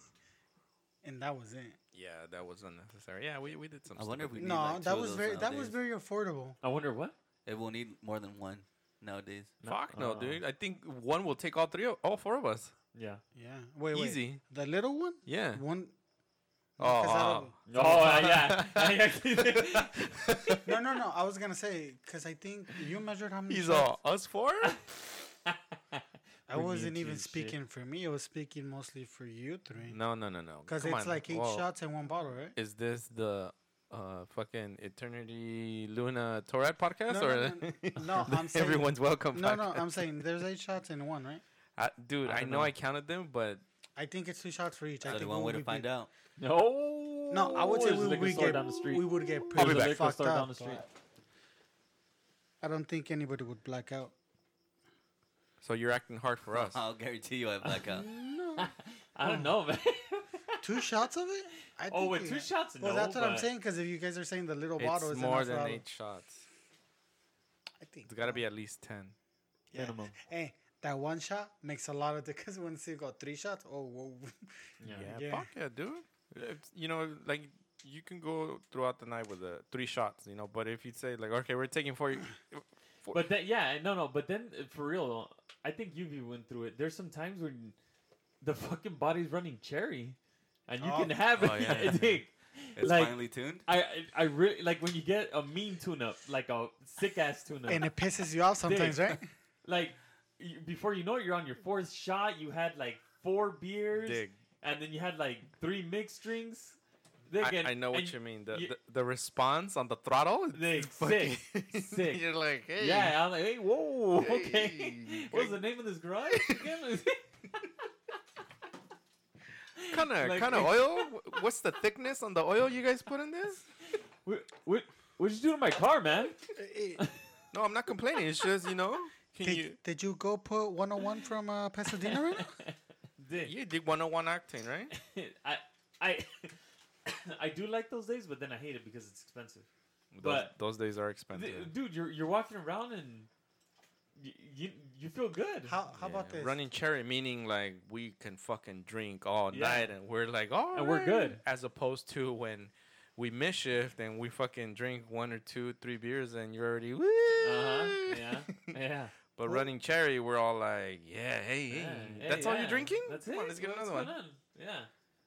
Speaker 4: And that was it.
Speaker 2: Yeah, that was unnecessary. Yeah, we, we did some.
Speaker 1: I wonder if
Speaker 2: stupid-
Speaker 1: we need
Speaker 4: no,
Speaker 1: like, two
Speaker 4: that
Speaker 1: of
Speaker 4: was
Speaker 1: those
Speaker 4: very that
Speaker 1: nowadays.
Speaker 4: was very affordable.
Speaker 3: I wonder what.
Speaker 1: It will need more than one nowadays.
Speaker 2: Fuck no,
Speaker 3: Uh,
Speaker 2: dude. I think one will take all three, of, all four of us.
Speaker 3: Yeah.
Speaker 4: Yeah. Wait, wait.
Speaker 2: Easy.
Speaker 4: The little one?
Speaker 2: Yeah.
Speaker 4: One
Speaker 2: Oh,
Speaker 4: 'cause I don't-
Speaker 3: Oh uh, yeah. I actually
Speaker 4: No, no, no. I was going to say cuz I think you measured how many
Speaker 2: he's
Speaker 4: shots-
Speaker 2: all us four.
Speaker 4: I
Speaker 3: Bring me
Speaker 4: wasn't
Speaker 3: into
Speaker 4: even
Speaker 3: your shit.
Speaker 4: speaking for me. I was speaking mostly for you three.
Speaker 2: no, no, no, no.
Speaker 4: Because
Speaker 2: Come
Speaker 4: it's
Speaker 2: on.
Speaker 4: like eight
Speaker 2: Whoa.
Speaker 4: shots in one bottle, right?
Speaker 2: Is this the uh fucking eternity Luna Torad podcast
Speaker 4: No, no,
Speaker 2: or
Speaker 4: no, no. No, I'm saying-
Speaker 2: everyone's welcome?
Speaker 4: No, no,
Speaker 2: podcast?
Speaker 4: I'm saying there's eight shots in one, right?
Speaker 2: I, dude.
Speaker 3: I
Speaker 2: I,
Speaker 3: don't
Speaker 2: know
Speaker 3: know.
Speaker 2: I counted them, but
Speaker 4: I think it's two shots for each. I
Speaker 1: That's only
Speaker 4: think
Speaker 1: one
Speaker 4: we
Speaker 1: way to
Speaker 4: would be-
Speaker 1: find out.
Speaker 3: No.
Speaker 4: No, I would say
Speaker 3: There's a
Speaker 4: we
Speaker 3: liquor
Speaker 4: would
Speaker 3: store
Speaker 4: get
Speaker 3: down the street.
Speaker 4: we would get
Speaker 2: I'll be
Speaker 4: pretty
Speaker 2: back.
Speaker 3: Liquor
Speaker 4: fucked
Speaker 3: store
Speaker 4: up.
Speaker 3: down the street.
Speaker 4: I don't think anybody would black out.
Speaker 2: so you're acting hard for us.
Speaker 1: I'll guarantee you I black out.
Speaker 4: No,
Speaker 3: I don't know, man.
Speaker 4: two shots of it. I
Speaker 3: oh,
Speaker 4: think
Speaker 3: with
Speaker 4: we-
Speaker 3: two shots.
Speaker 4: Well,
Speaker 3: no,
Speaker 4: that's what I'm
Speaker 3: but-
Speaker 4: saying. Because if you guys are saying the little bottle
Speaker 2: It's
Speaker 4: is
Speaker 2: more
Speaker 4: enough for
Speaker 2: than
Speaker 4: all-
Speaker 2: eight shots.
Speaker 4: I think
Speaker 2: It's got to be at least ten.
Speaker 4: yeah.
Speaker 3: Minimum.
Speaker 4: Hey, that one shot makes a lot of difference. Because once you got three shots, oh whoa,
Speaker 3: Yeah.
Speaker 2: Yeah,
Speaker 4: Yeah.
Speaker 2: fuck yeah, dude. It's- you know, like you can go throughout the night with the three shots, you know. But if you say like, okay, we're taking four, four
Speaker 3: But that, yeah, no, no. But then, uh, for real, though, I think Yuvi went through it. There's some times when the fucking body's running cherry, and you
Speaker 4: Oh.
Speaker 3: can have it.
Speaker 1: Oh, yeah, yeah, yeah.
Speaker 3: Dick.
Speaker 1: It's
Speaker 3: Like-
Speaker 1: finely tuned.
Speaker 3: I, I, I really like when you get a mean tune-up, like a sick ass tune-up.
Speaker 4: and it pisses you off sometimes,
Speaker 3: Dick.
Speaker 4: right?
Speaker 3: like you, before you know it, you're on your fourth shot. You had like four beers,
Speaker 2: dig.
Speaker 3: and then you had like three mixed drinks. Dick,
Speaker 2: I,
Speaker 3: and-
Speaker 2: I know
Speaker 3: and-
Speaker 2: what you mean. The,
Speaker 3: you-
Speaker 2: the the response on the throttle, it's
Speaker 3: Dig,
Speaker 2: fucking-
Speaker 3: sick, sick.
Speaker 2: You're like, hey,
Speaker 3: Yeah, I'm like, hey, whoa, okay.
Speaker 2: Hey,
Speaker 3: What was
Speaker 2: okay.
Speaker 3: the name of this garage? again?
Speaker 2: kind of
Speaker 3: Like-
Speaker 2: kind of oil. Wh- What's the thickness on the oil you guys put in this?
Speaker 3: what, what, what'd you do to my car, man?
Speaker 2: No, I'm not complaining. It's just you know, can
Speaker 4: did,
Speaker 2: you?
Speaker 4: did you go put 101 from uh, Pasadena right now?
Speaker 3: Dick.
Speaker 2: You did 101 octane, right?
Speaker 3: I I I do like those days, but then I hate it because it's expensive. But-
Speaker 2: those, those days are
Speaker 3: Th-
Speaker 2: expensive.
Speaker 3: Dude, you're you're walking around and you you, you feel good.
Speaker 4: How, how about
Speaker 2: Yeah,
Speaker 4: this?
Speaker 2: Running cherry meaning like we can fucking drink all
Speaker 3: Yeah.
Speaker 2: night and we're like, oh,
Speaker 3: And we're good.
Speaker 2: As opposed to when we miss shift and we fucking drink one or two, three beers and you're already woo.
Speaker 3: Uh-huh, yeah, yeah.
Speaker 2: but
Speaker 4: Well-
Speaker 2: running cherry, we're all like, yeah, hey, hey,
Speaker 3: yeah. Hey,
Speaker 2: that's all
Speaker 3: yeah.
Speaker 2: you're drinking?
Speaker 3: That's
Speaker 2: Come
Speaker 3: it.
Speaker 2: on, let's get
Speaker 3: What's
Speaker 2: another one.
Speaker 3: going on? Yeah.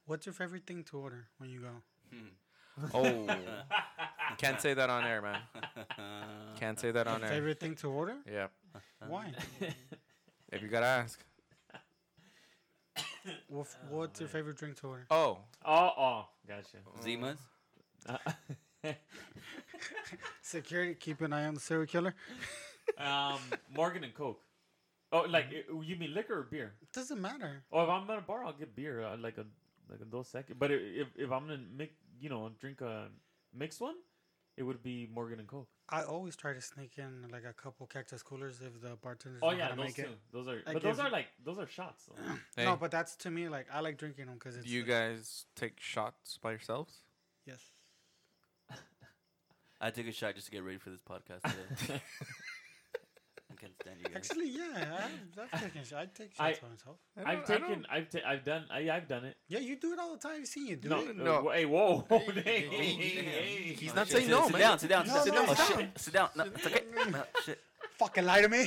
Speaker 4: What's your favorite thing to order when you go?
Speaker 2: Oh, can't say that on air, man. Can't say that on air.
Speaker 4: Favorite thing to order?
Speaker 2: Yeah,
Speaker 1: Uh,
Speaker 2: Um,
Speaker 4: Why?
Speaker 2: Oh. if you gotta ask.
Speaker 4: What, what's your favorite drink to order?
Speaker 2: Oh,
Speaker 3: oh, oh, gotcha.
Speaker 1: Zimas.
Speaker 3: Uh,
Speaker 4: Security, keep an eye on the serial killer.
Speaker 3: um, Morgan and Coke. Oh, like uh, you mean liquor or beer?
Speaker 4: Doesn't matter.
Speaker 3: Oh, if I'm at a bar, I'll get beer, uh, like a like a Dos Equis. But i- if if I'm gonna mix, you know, drink a mixed one, it would be Morgan and Coke.
Speaker 4: I always try to sneak in like a couple cactus coolers if the bartenders
Speaker 3: Oh
Speaker 4: know how
Speaker 3: yeah,
Speaker 4: to
Speaker 3: those
Speaker 4: make
Speaker 3: two.
Speaker 4: it.
Speaker 3: Those are,
Speaker 4: I
Speaker 3: but those
Speaker 4: give-
Speaker 3: are like those are shots. Though.
Speaker 2: hey,
Speaker 4: No, but that's to me like I like drinking them because it's
Speaker 2: do you
Speaker 4: like-
Speaker 2: guys take shots by yourselves?
Speaker 4: yes.
Speaker 1: I took a shot just to get ready for this podcast today. I can't stand you guys.
Speaker 4: Actually, yeah, I, I've taken sh- I take
Speaker 3: I-
Speaker 4: shots by myself.
Speaker 3: I've
Speaker 2: don't- I
Speaker 3: taken, I've ta- I've done, I, I've done it.
Speaker 4: Yeah, you do it all the time. I've seen you do
Speaker 3: No,
Speaker 4: it.
Speaker 3: uh,
Speaker 2: No.
Speaker 3: wh- hey, whoa, hey,
Speaker 2: Hey,
Speaker 3: hey,
Speaker 2: hey,
Speaker 3: hey,
Speaker 2: hey.
Speaker 3: hey.
Speaker 2: He's
Speaker 1: Oh,
Speaker 2: not
Speaker 1: shit,
Speaker 2: saying
Speaker 1: sit,
Speaker 2: no,
Speaker 1: sit
Speaker 2: man.
Speaker 1: Down, sit down,
Speaker 4: No,
Speaker 1: sit
Speaker 4: no,
Speaker 1: down.
Speaker 4: it's
Speaker 1: Oh,
Speaker 4: down.
Speaker 1: shit. Sit down. No, it's okay. No, shit.
Speaker 4: Fucking lie to me.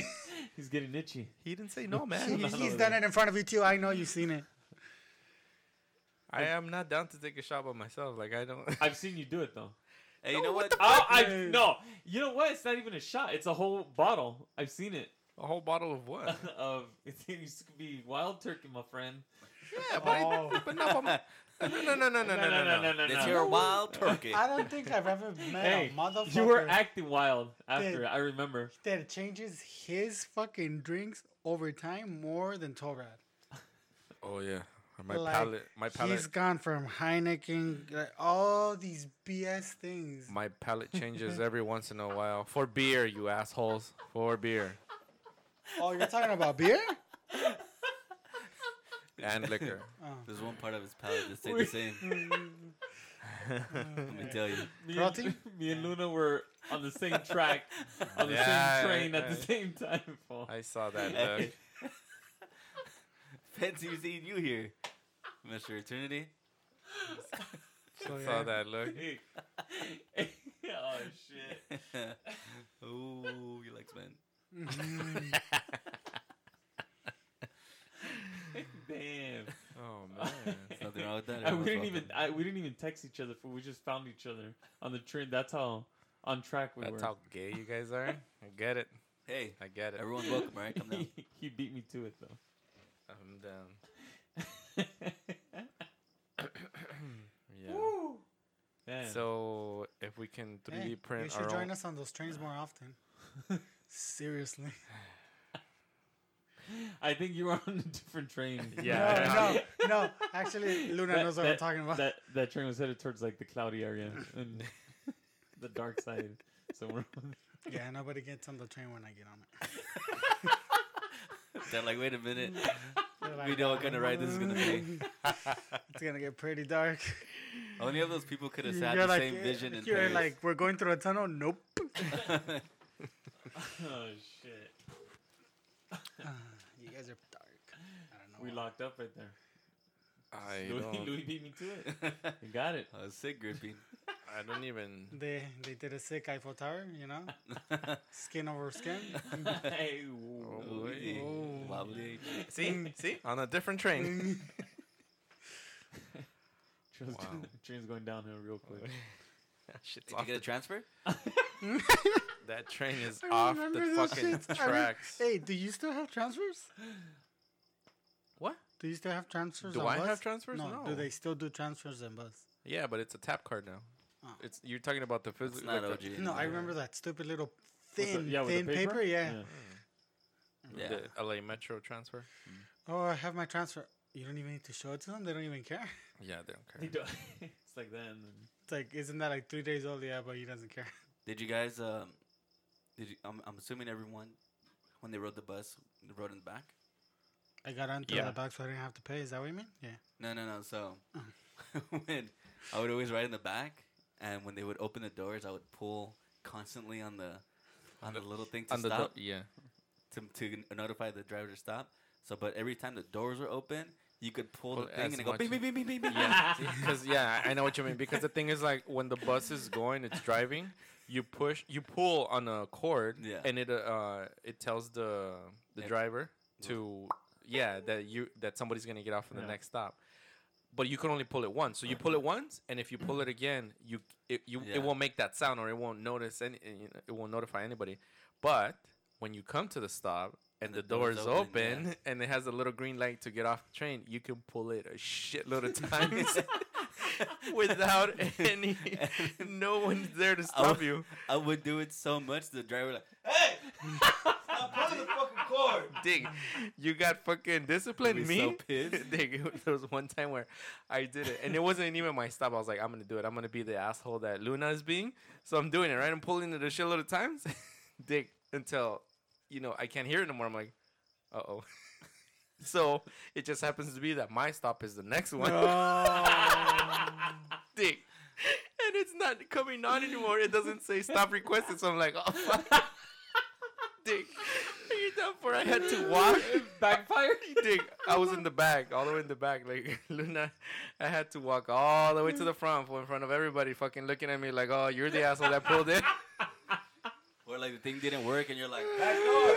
Speaker 3: He's getting itchy.
Speaker 2: He didn't say no, man.
Speaker 4: He's,
Speaker 3: no,
Speaker 4: he's
Speaker 3: no.
Speaker 4: done it in front of you too. I know you've seen it.
Speaker 2: I am not down to take a shot by myself. Like I don't.
Speaker 3: I've seen you do it though.
Speaker 1: Hey, you know what?
Speaker 3: Oh, I
Speaker 4: Yeah.
Speaker 3: no. You know what? It's not even a shot. It's a whole bottle. I've seen it.
Speaker 2: a whole bottle of what?
Speaker 3: of it used to be wild turkey, my friend.
Speaker 2: yeah, but, I-
Speaker 4: Oh.
Speaker 2: but not. by my- No, no, no, no, no, no, no, no.
Speaker 1: This here wild turkey.
Speaker 4: I don't think I've ever met
Speaker 3: Hey,
Speaker 4: a motherfucker
Speaker 3: you were acting wild after.
Speaker 4: Dude.
Speaker 3: I remember.
Speaker 4: that changes his fucking drinks over time more than Torad.
Speaker 2: Oh yeah, my
Speaker 4: Like,
Speaker 2: palate, my palate,
Speaker 4: He's gone from Heineken, like, all these BS things.
Speaker 2: my palate changes every once in a while. For beer, you assholes. For beer
Speaker 4: Oh, you're talking about beer?
Speaker 2: and liquor.
Speaker 4: Oh. Mm-hmm.
Speaker 1: There's one part of his palate that stayed the same. Let me tell you.
Speaker 3: Me and,
Speaker 4: Protein?
Speaker 3: me and Luna were on the same track, on the
Speaker 2: Yeah,
Speaker 3: same train
Speaker 2: right,
Speaker 3: at the
Speaker 2: right.
Speaker 3: same time. Paul.
Speaker 2: I saw that.
Speaker 1: Hey.
Speaker 2: Look.
Speaker 1: Fancy seeing you here, Mr. Eternity.
Speaker 4: So,
Speaker 2: I
Speaker 4: yeah.
Speaker 2: saw that. Look.
Speaker 3: Hey. oh shit!
Speaker 1: oh, you like man.
Speaker 4: Mhm.
Speaker 3: Damn,
Speaker 2: Oh man.
Speaker 1: There's nothing wrong with that.
Speaker 3: I, we
Speaker 1: Everyone's
Speaker 3: didn't even
Speaker 1: welcome.
Speaker 3: I, we didn't even text each other. Fool. We just found each other on the train. That's how on track we
Speaker 2: That's
Speaker 3: were.
Speaker 2: how gay you guys are. I get it.
Speaker 1: Hey,
Speaker 2: I get it.
Speaker 1: everyone's welcome, right? Come down.
Speaker 3: he beat me to it though.
Speaker 2: I'm down. Yeah.
Speaker 3: Woo. Man.
Speaker 2: So if we can 3D
Speaker 4: Hey,
Speaker 2: print
Speaker 4: you
Speaker 2: our
Speaker 4: should join
Speaker 2: own-
Speaker 4: us on those trains more often. Seriously.
Speaker 3: I think you were on a different train.
Speaker 2: Yeah.
Speaker 4: No, no, no. Actually, Luna
Speaker 3: That-
Speaker 4: knows what
Speaker 3: that,
Speaker 4: I'm talking about.
Speaker 3: That that train was headed towards like the cloudy area and the dark side. So we're
Speaker 4: Yeah, nobody gets on the train when I get on it.
Speaker 1: They're like, wait a minute.
Speaker 4: They're
Speaker 1: We
Speaker 4: like,
Speaker 1: know what kind of ride this is gonna be.
Speaker 4: It's gonna get pretty dark.
Speaker 1: Only of those people could have had
Speaker 4: You're
Speaker 1: the
Speaker 4: like,
Speaker 1: same
Speaker 4: eh,
Speaker 1: vision in
Speaker 4: You're
Speaker 1: Paris.
Speaker 4: like, we're going through a tunnel. Nope.
Speaker 3: oh shit.
Speaker 4: Uh, you guys are dark. I don't know.
Speaker 3: We
Speaker 4: why.
Speaker 3: locked up right there.
Speaker 2: I
Speaker 3: Louis,
Speaker 2: don't.
Speaker 3: Louis beat me to it.
Speaker 1: I
Speaker 3: You got it.
Speaker 1: was Oh, sick gripping.
Speaker 2: I don't even.
Speaker 4: They they did a sick Eiffel Tower, you know, skin over skin.
Speaker 3: Hey, whoa.
Speaker 2: Oh,
Speaker 1: Ooh,
Speaker 4: Oh.
Speaker 1: wobbly.
Speaker 2: See, see, on a different
Speaker 4: Mm.
Speaker 2: train.
Speaker 3: Train's,
Speaker 2: Wow. Oh,
Speaker 3: going, train's going downhill real quick.
Speaker 2: Shit's
Speaker 1: Did you
Speaker 2: off
Speaker 1: get a
Speaker 2: the,
Speaker 1: transfer?
Speaker 2: that train is
Speaker 4: I
Speaker 2: off the
Speaker 4: remember those
Speaker 2: fucking
Speaker 4: shits. I rem-
Speaker 2: tracks.
Speaker 4: hey, do you still have transfers?
Speaker 2: What?
Speaker 4: Do you still have transfers?
Speaker 2: Do
Speaker 4: on
Speaker 2: I
Speaker 4: bus?
Speaker 2: have transfers?
Speaker 4: No.
Speaker 2: No.
Speaker 4: Do they still do transfers and bus?
Speaker 2: Yeah, but it's a tap card now.
Speaker 4: Oh.
Speaker 2: It's you're talking about the
Speaker 1: It's
Speaker 2: physical.
Speaker 1: not
Speaker 2: like
Speaker 1: OG.
Speaker 2: the-
Speaker 4: No, I
Speaker 1: anymore.
Speaker 4: remember that stupid little
Speaker 3: With the-
Speaker 4: thin
Speaker 3: yeah, with the
Speaker 4: thin paper. Yeah.
Speaker 1: Yeah.
Speaker 2: Hmm. the LA Metro transfer.
Speaker 4: Oh, I have my transfer. You don't even need to show it to them. They don't even care.
Speaker 2: Yeah, they don't
Speaker 3: He
Speaker 2: care.
Speaker 3: do- it's like that. And then
Speaker 4: It's like, isn't that like three days old? Yeah, but he doesn't care.
Speaker 1: Did you guys? Um, did you, I'm, I'm assuming everyone when they rode the bus, they rode in the back.
Speaker 4: I got onto
Speaker 2: Yeah.
Speaker 4: the back, so I didn't have to pay. Is that what you mean? Yeah.
Speaker 1: No, no, no. So when I would always ride in the back, and when they would open the doors, I would pull constantly on the on the little thing to
Speaker 2: On the
Speaker 1: stop
Speaker 2: do- yeah.
Speaker 1: to, to notify the driver to stop. So, but every time the doors were open, you could pull
Speaker 2: Pull
Speaker 1: the
Speaker 2: as
Speaker 1: thing and it go
Speaker 2: much
Speaker 1: bing, bing,
Speaker 2: as-
Speaker 1: bing, bing, bing, bing.
Speaker 2: Yeah, because yeah, I know what you mean. Because the thing is, like, when the bus is going, it's driving. You push, you pull on a cord,
Speaker 1: Yeah.
Speaker 2: and it uh, uh it tells the the
Speaker 1: Yeah.
Speaker 2: driver to yeah that you that somebody's gonna get off at the
Speaker 3: Yeah.
Speaker 2: next stop. But you can only pull it once. So you pull it once, and if you pull it again, you it, you
Speaker 1: Yeah.
Speaker 2: it won't make that sound, or it won't notice any, eh, it won't notify anybody. But when you come to the stop and, the, door is open,
Speaker 1: yeah.
Speaker 2: and it has a little green light to get off the train, you can pull it a shitload of times without any, no one's there to
Speaker 1: I
Speaker 2: stop
Speaker 1: would,
Speaker 2: you.
Speaker 1: I would do it so much the driver like
Speaker 5: Hey! Stop pulling the fucking cord!
Speaker 2: Dig, you got fucking disciplined
Speaker 1: You'd be
Speaker 2: me.
Speaker 1: so pissed.
Speaker 2: Dig, there was one time where I did it, and it wasn't even my stop. I was like, I'm gonna do it. I'm gonna be the asshole that Luna is being. So I'm doing it right. I'm pulling it a shitload of times, Dig, until you know I can't hear it anymore. I'm like, uh oh. so it just happens to be that my stop is the next one. Dig. And it's not coming on anymore. It doesn't say stop requested. So I'm like, oh, fuck. Dig. Are you done for? I had to walk.
Speaker 3: backfired.
Speaker 2: Dig. I was in the back, all the way in the back. Like, Luna, I had to walk all the way to the front, in front of everybody, fucking looking at me like, oh, you're the asshole that pulled in.
Speaker 1: or like the thing didn't work and you're like
Speaker 5: Back door!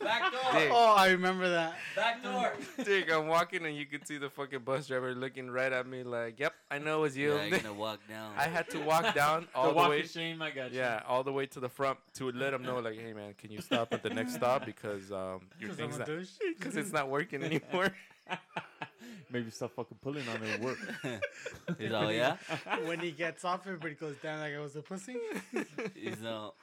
Speaker 5: Back door!
Speaker 2: Dick.
Speaker 4: Oh, I remember that.
Speaker 5: Back door!
Speaker 2: Dig, I'm walking, and you could see the fucking bus driver looking right at me like, yep, I know it was you.
Speaker 1: yeah, you're gonna walk down.
Speaker 2: I had to walk down all
Speaker 3: the
Speaker 2: the,
Speaker 3: walk
Speaker 2: way.
Speaker 3: of shame. I got you.
Speaker 2: Yeah, all the way to the front to let them know, like, hey man, can you stop at the next stop because um your
Speaker 4: 'Cause I'm
Speaker 2: thing's
Speaker 4: a
Speaker 2: not
Speaker 4: douche.
Speaker 2: because it's not working anymore.
Speaker 3: Maybe stop fucking pulling on it. Work.
Speaker 1: He's all yeah.
Speaker 4: when he gets off, everybody goes down like I was a pussy.
Speaker 1: He's all.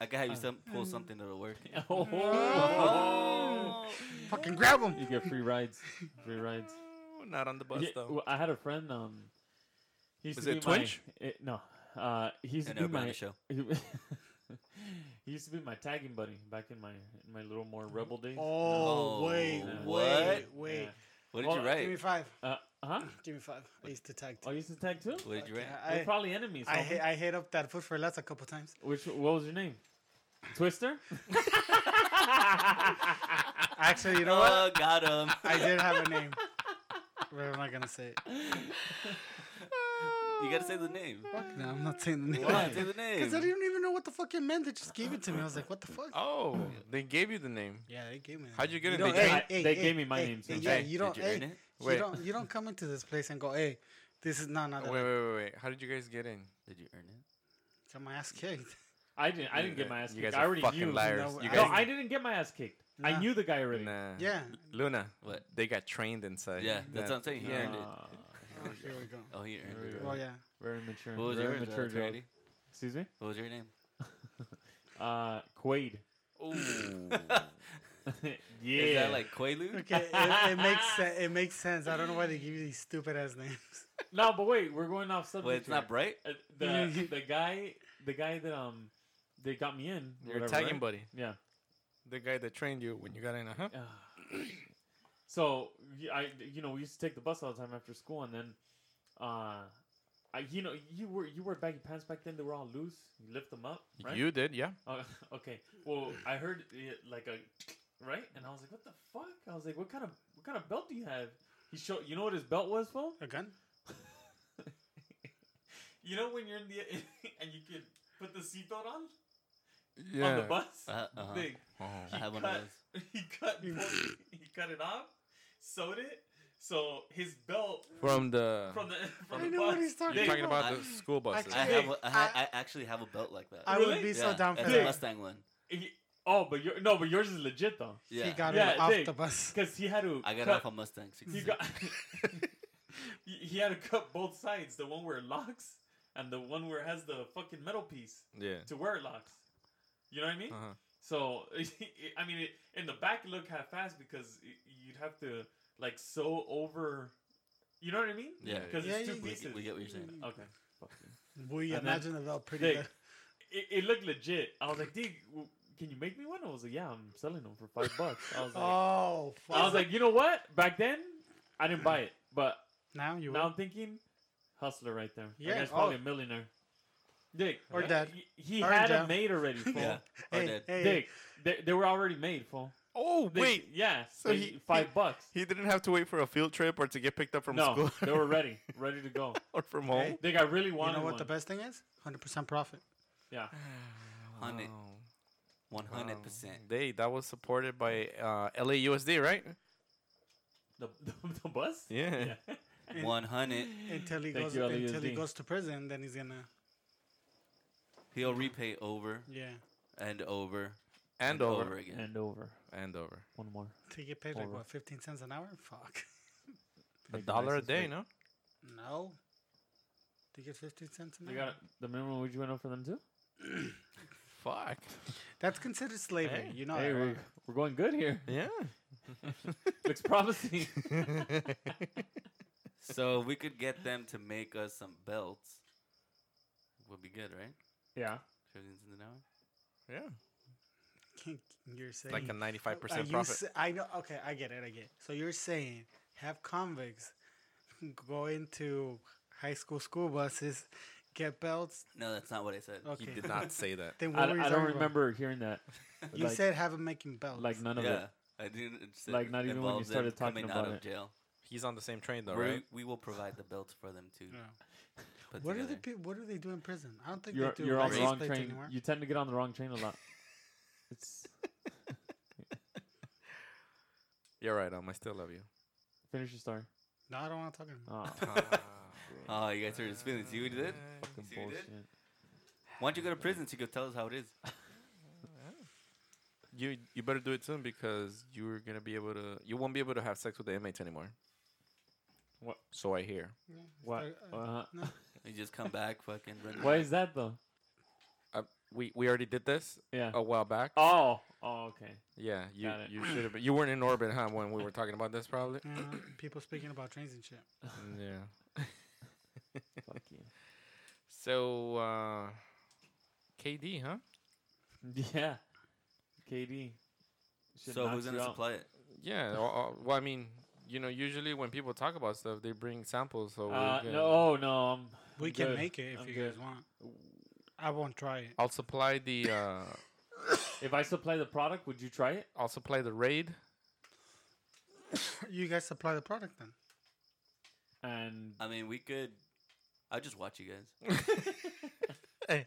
Speaker 1: I can have you some, pull something that'll work.
Speaker 3: oh,
Speaker 4: Oh. Fucking grab
Speaker 3: you
Speaker 4: him.
Speaker 3: get free rides. Free rides.
Speaker 2: not on the bus
Speaker 3: Yeah,
Speaker 2: though.
Speaker 3: well, I had a friend. Um, he used
Speaker 2: Was
Speaker 3: to
Speaker 2: it
Speaker 3: be my-
Speaker 2: Twitch?
Speaker 3: eh, no, uh, he used
Speaker 1: And
Speaker 3: to be
Speaker 1: a brownie
Speaker 3: my.
Speaker 1: show.
Speaker 3: he used to be my tagging buddy back in my in my little more rebel days.
Speaker 4: Oh,
Speaker 1: Oh,
Speaker 4: wait, wait,
Speaker 1: what?
Speaker 4: wait.
Speaker 1: What did
Speaker 3: Well,
Speaker 1: you
Speaker 4: Give me
Speaker 1: write?
Speaker 4: five.
Speaker 3: Uh huh.
Speaker 4: Give me five. I used to tag.
Speaker 3: Oh, you used to tag too.
Speaker 1: What did you write?
Speaker 3: We're
Speaker 4: I,
Speaker 3: probably enemies.
Speaker 4: I,
Speaker 3: homie.
Speaker 4: hit, I hit up that foot for less a couple times.
Speaker 3: Which what was your name? Twister.
Speaker 4: Actually, you know what?
Speaker 1: Oh, got him.
Speaker 4: I did have a name, but I'm not gonna say it.
Speaker 1: You gotta say the name.
Speaker 4: Fuck no, I'm not saying the name.
Speaker 1: You
Speaker 3: Why?
Speaker 1: gotta Say the
Speaker 4: Because I
Speaker 1: name.
Speaker 4: didn't even know what the fuck it meant. They just gave it to me. I was like, what the fuck?
Speaker 2: Oh, they gave you the name.
Speaker 4: Yeah, they gave me. that.
Speaker 2: How'd you get it?
Speaker 4: don't-
Speaker 2: They
Speaker 3: trained- they gave me my
Speaker 4: hey,
Speaker 3: name,
Speaker 4: hey,
Speaker 3: so-
Speaker 4: yeah,
Speaker 2: Hey,
Speaker 4: you don't.
Speaker 1: Did you earn
Speaker 4: hey,
Speaker 1: it?
Speaker 4: you
Speaker 2: Wait.
Speaker 4: don't. You don't come into this place and go, hey, this is not not.
Speaker 2: Wait, wait, wait, wait. How did you guys get in?
Speaker 1: Did you earn it?
Speaker 4: Got my ass kicked.
Speaker 3: I didn't. I didn't get my ass
Speaker 2: You
Speaker 3: kicked.
Speaker 2: guys
Speaker 3: I
Speaker 2: are
Speaker 3: already
Speaker 2: fucking
Speaker 3: knew.
Speaker 2: liars.
Speaker 4: No,
Speaker 2: you
Speaker 4: I-
Speaker 2: guys,
Speaker 3: No, I didn't get my ass kicked. I
Speaker 4: Nah.
Speaker 3: knew the guy already.
Speaker 2: Nah.
Speaker 4: Yeah.
Speaker 2: Luna,
Speaker 1: What?
Speaker 2: they got trained inside.
Speaker 1: Yeah, that's what I'm saying. He
Speaker 3: Nah.
Speaker 1: earned it.
Speaker 4: Oh, here we go.
Speaker 1: Oh, he earned
Speaker 3: There we
Speaker 1: it.
Speaker 3: go.
Speaker 4: Well, yeah.
Speaker 3: Very mature.
Speaker 1: What was
Speaker 3: very
Speaker 1: yours, uh,
Speaker 3: mature joke.
Speaker 1: Charity?
Speaker 3: Excuse me.
Speaker 1: What was your name?
Speaker 3: Uh, Quaid. yeah.
Speaker 1: Is that like Quaalude?
Speaker 4: Okay, it, it makes sense. It makes sense. I don't know why they give you these stupid ass names.
Speaker 3: no, but wait, we're going off subject.
Speaker 1: Well, it's not
Speaker 3: here.
Speaker 1: bright.
Speaker 3: Uh, the the guy the guy that um they got me in.
Speaker 2: Your
Speaker 3: whatever,
Speaker 2: tagging
Speaker 3: right?
Speaker 2: buddy,
Speaker 3: Yeah.
Speaker 2: the guy that trained you when you got in, uh-huh. huh?
Speaker 3: Ah. so y- I, you know, we used to take the bus all the time after school, and then, uh, I, you know, you were you wore baggy pants back then. They were all loose. You lift them up, right?
Speaker 2: You did, yeah.
Speaker 3: Oh, okay. Well, I heard it, like a right, and I was like, "What the fuck?" I was like, "What kind of what kind of belt do you have?" He showed. You know what his belt was, fool?
Speaker 4: A gun?
Speaker 5: You know when you're in the and you can put the seatbelt on
Speaker 2: Yeah.
Speaker 5: on the bus.
Speaker 1: Uh, uh-huh.
Speaker 5: Thing.
Speaker 2: Oh.
Speaker 1: I have one of
Speaker 5: cut,
Speaker 1: those.
Speaker 5: he cut both- he cut it off, sewed it. So his belt
Speaker 2: From the.
Speaker 5: from the from
Speaker 4: I
Speaker 5: the
Speaker 4: know what
Speaker 5: bus,
Speaker 4: he's talking
Speaker 2: you're
Speaker 5: they-
Speaker 2: talking about
Speaker 1: I-
Speaker 2: the school buses.
Speaker 1: I have.
Speaker 5: Hey,
Speaker 1: a- I, ha- I actually have a belt like that.
Speaker 4: I would
Speaker 5: Really?
Speaker 4: be so down for
Speaker 1: It's a
Speaker 4: that.
Speaker 1: Mustang one.
Speaker 3: He- oh, but your no, but yours is legit though,
Speaker 1: Yeah.
Speaker 4: He got
Speaker 3: Yeah,
Speaker 4: him off
Speaker 3: Dick.
Speaker 4: the bus.
Speaker 3: because he had to.
Speaker 1: I got it
Speaker 3: cut,
Speaker 1: off a Mustang.
Speaker 3: He
Speaker 1: 66.
Speaker 3: got.
Speaker 5: he, he had to cut both sides. The one where it locks and the one where it has the fucking metal piece
Speaker 2: Yeah.
Speaker 5: to where it locks. You know what I mean?
Speaker 2: Uh-huh.
Speaker 5: So I mean, it, in the back, it looked half fast because y- you'd have to like sew over. You know what I mean?
Speaker 1: yeah.
Speaker 5: Because
Speaker 4: Yeah,
Speaker 5: it's
Speaker 4: yeah,
Speaker 5: two
Speaker 4: yeah.
Speaker 1: We,
Speaker 5: pieces.
Speaker 1: get- we get what you're saying.
Speaker 5: Okay. Fuck you.
Speaker 4: We
Speaker 3: And then-
Speaker 4: imagine the belt pretty
Speaker 3: Dick.
Speaker 4: good.
Speaker 5: It,
Speaker 3: It, it looked legit. I was like, "Dig, w- can you make me one?" I was like, "Yeah, I'm selling them for five bucks." I was like,
Speaker 4: Oh, fuck.
Speaker 3: I was like, you know what? Back then, I didn't buy it, but
Speaker 4: now you
Speaker 3: now
Speaker 4: will.
Speaker 3: I'm thinking, hustler right there. Yeah,
Speaker 4: Yeah,
Speaker 3: guy's
Speaker 4: oh.
Speaker 3: probably a millionaire. Dick
Speaker 4: Or
Speaker 3: he-
Speaker 4: dead.
Speaker 3: He, he
Speaker 4: Or in
Speaker 3: had
Speaker 4: jail.
Speaker 3: them made already. Fool.
Speaker 1: Yeah. I
Speaker 4: Hey,
Speaker 1: did.
Speaker 4: hey,
Speaker 3: Dick, they, they were already made. Fool.
Speaker 2: Oh
Speaker 3: They-
Speaker 2: wait,
Speaker 3: yeah.
Speaker 2: So
Speaker 3: they-
Speaker 2: he-
Speaker 3: five
Speaker 2: he-
Speaker 3: bucks.
Speaker 2: he didn't have to wait for a field trip or to get picked up from
Speaker 3: no,
Speaker 2: school
Speaker 3: they were ready, ready to go.
Speaker 2: or from home.
Speaker 3: Dick, I really
Speaker 4: you
Speaker 3: wanted
Speaker 4: know what
Speaker 3: one.
Speaker 4: the best thing is? 100% profit.
Speaker 3: yeah.
Speaker 1: Hundred.
Speaker 2: Wow.
Speaker 1: One hundred percent.
Speaker 2: They that was supported by uh, LAUSD, right?
Speaker 3: The, the, the bus.
Speaker 2: Yeah.
Speaker 1: One hundred.
Speaker 4: Until he
Speaker 3: Thank
Speaker 4: goes
Speaker 3: you,
Speaker 4: until he
Speaker 3: LAUSD.
Speaker 4: goes to prison, then he's gonna
Speaker 1: He'll repay over
Speaker 4: yeah
Speaker 1: and over
Speaker 2: And over.
Speaker 1: again.
Speaker 3: And over.
Speaker 2: And over.
Speaker 3: One more.
Speaker 4: to get paid like
Speaker 3: Over.
Speaker 4: what 15 cents an hour. Fuck
Speaker 2: A
Speaker 3: Make
Speaker 2: dollar a
Speaker 3: license
Speaker 2: day,
Speaker 3: plate.
Speaker 2: no?
Speaker 4: no. To get 15 cents an
Speaker 3: They
Speaker 4: hour.
Speaker 3: got the minimum wage went up for them too.
Speaker 2: Fuck.
Speaker 4: That's considered slavery.
Speaker 2: Hey,
Speaker 4: you know
Speaker 3: hey,
Speaker 4: that,
Speaker 3: we're,
Speaker 4: right?
Speaker 3: we're going good here.
Speaker 2: Yeah.
Speaker 3: Looks promising.
Speaker 1: So if we could get them to make us some belts, would be good, right?
Speaker 3: yeah.
Speaker 1: Fifteen cents an hour.
Speaker 2: yeah.
Speaker 4: You're saying
Speaker 2: Like a
Speaker 4: Oh,
Speaker 2: ninety-five
Speaker 4: are
Speaker 2: percent
Speaker 4: you
Speaker 2: profit.
Speaker 4: sa- I know. Okay, I get it. I get. It. So you're saying have convicts go into high school school buses, get belts.
Speaker 1: No, that's not what I said.
Speaker 4: Okay.
Speaker 2: He did not say that.
Speaker 4: Then
Speaker 3: I,
Speaker 4: what were you
Speaker 3: I don't
Speaker 4: talking about?
Speaker 3: remember hearing that.
Speaker 4: You
Speaker 3: like,
Speaker 4: said have them making belts.
Speaker 3: like none of
Speaker 1: yeah,
Speaker 3: it.
Speaker 1: I didn't. it said
Speaker 3: Like, not even when you
Speaker 1: involves them
Speaker 3: started talking
Speaker 1: coming
Speaker 3: about
Speaker 1: out of
Speaker 3: it.
Speaker 1: jail.
Speaker 2: He's on the same train though,
Speaker 1: We-
Speaker 2: right?
Speaker 1: We will provide the belts for them to.
Speaker 4: Yeah.
Speaker 1: Put
Speaker 4: What
Speaker 1: together.
Speaker 4: are the pe- What do they do in prison? I don't think
Speaker 3: You're,
Speaker 4: they do.
Speaker 3: you're on the
Speaker 4: license
Speaker 3: wrong
Speaker 4: plates
Speaker 3: train.
Speaker 4: anymore.
Speaker 3: You tend to get on the wrong train a lot. It's
Speaker 2: You're right, um, I still love you.
Speaker 3: finish your story.
Speaker 4: No, I don't want to talk anymore.
Speaker 3: Oh,
Speaker 1: Oh, you guys hurt his feelings. You did.
Speaker 2: Fucking
Speaker 1: See what he did?
Speaker 3: bullshit.
Speaker 1: Why don't you go to prison so you could tell us how it is?
Speaker 2: you you better do it soon because you're gonna be able to you won't be able to have sex with the inmates anymore.
Speaker 3: What?
Speaker 2: So I hear.
Speaker 4: Yeah,
Speaker 3: What?
Speaker 4: start- uh,
Speaker 3: Uh,
Speaker 4: no.
Speaker 1: You just come back, fucking. run
Speaker 3: why
Speaker 1: around.
Speaker 3: is that though?
Speaker 2: We we already did this
Speaker 3: Yeah.
Speaker 2: a while back.
Speaker 3: Oh. Oh. Okay.
Speaker 2: Yeah, you
Speaker 3: Got it.
Speaker 2: you should have. been You weren't in orbit, huh? When we were talking about this,
Speaker 3: Oh.
Speaker 2: probably.
Speaker 4: yeah, people speaking about trains and shit.
Speaker 2: yeah.
Speaker 3: Fuck you.
Speaker 2: So, uh, KD, huh?
Speaker 3: Yeah. KD. Should
Speaker 1: So
Speaker 3: knock
Speaker 1: who's
Speaker 3: you
Speaker 1: gonna
Speaker 3: out.
Speaker 1: supply it?
Speaker 2: Yeah. uh, uh, well, I mean, you know, usually when people talk about stuff, they bring samples. So we
Speaker 3: Uh,
Speaker 2: can-
Speaker 3: no. Oh no. I'm,
Speaker 4: We
Speaker 3: I'm
Speaker 4: can
Speaker 3: good.
Speaker 4: make it if
Speaker 3: I'm
Speaker 4: you
Speaker 3: good.
Speaker 4: guys want. I won't try it.
Speaker 2: I'll supply the uh,
Speaker 3: If I supply the product, would you try it?
Speaker 2: I'll supply the raid.
Speaker 4: You guys supply the product then.
Speaker 3: And
Speaker 1: I mean, we could. I'll just watch you guys.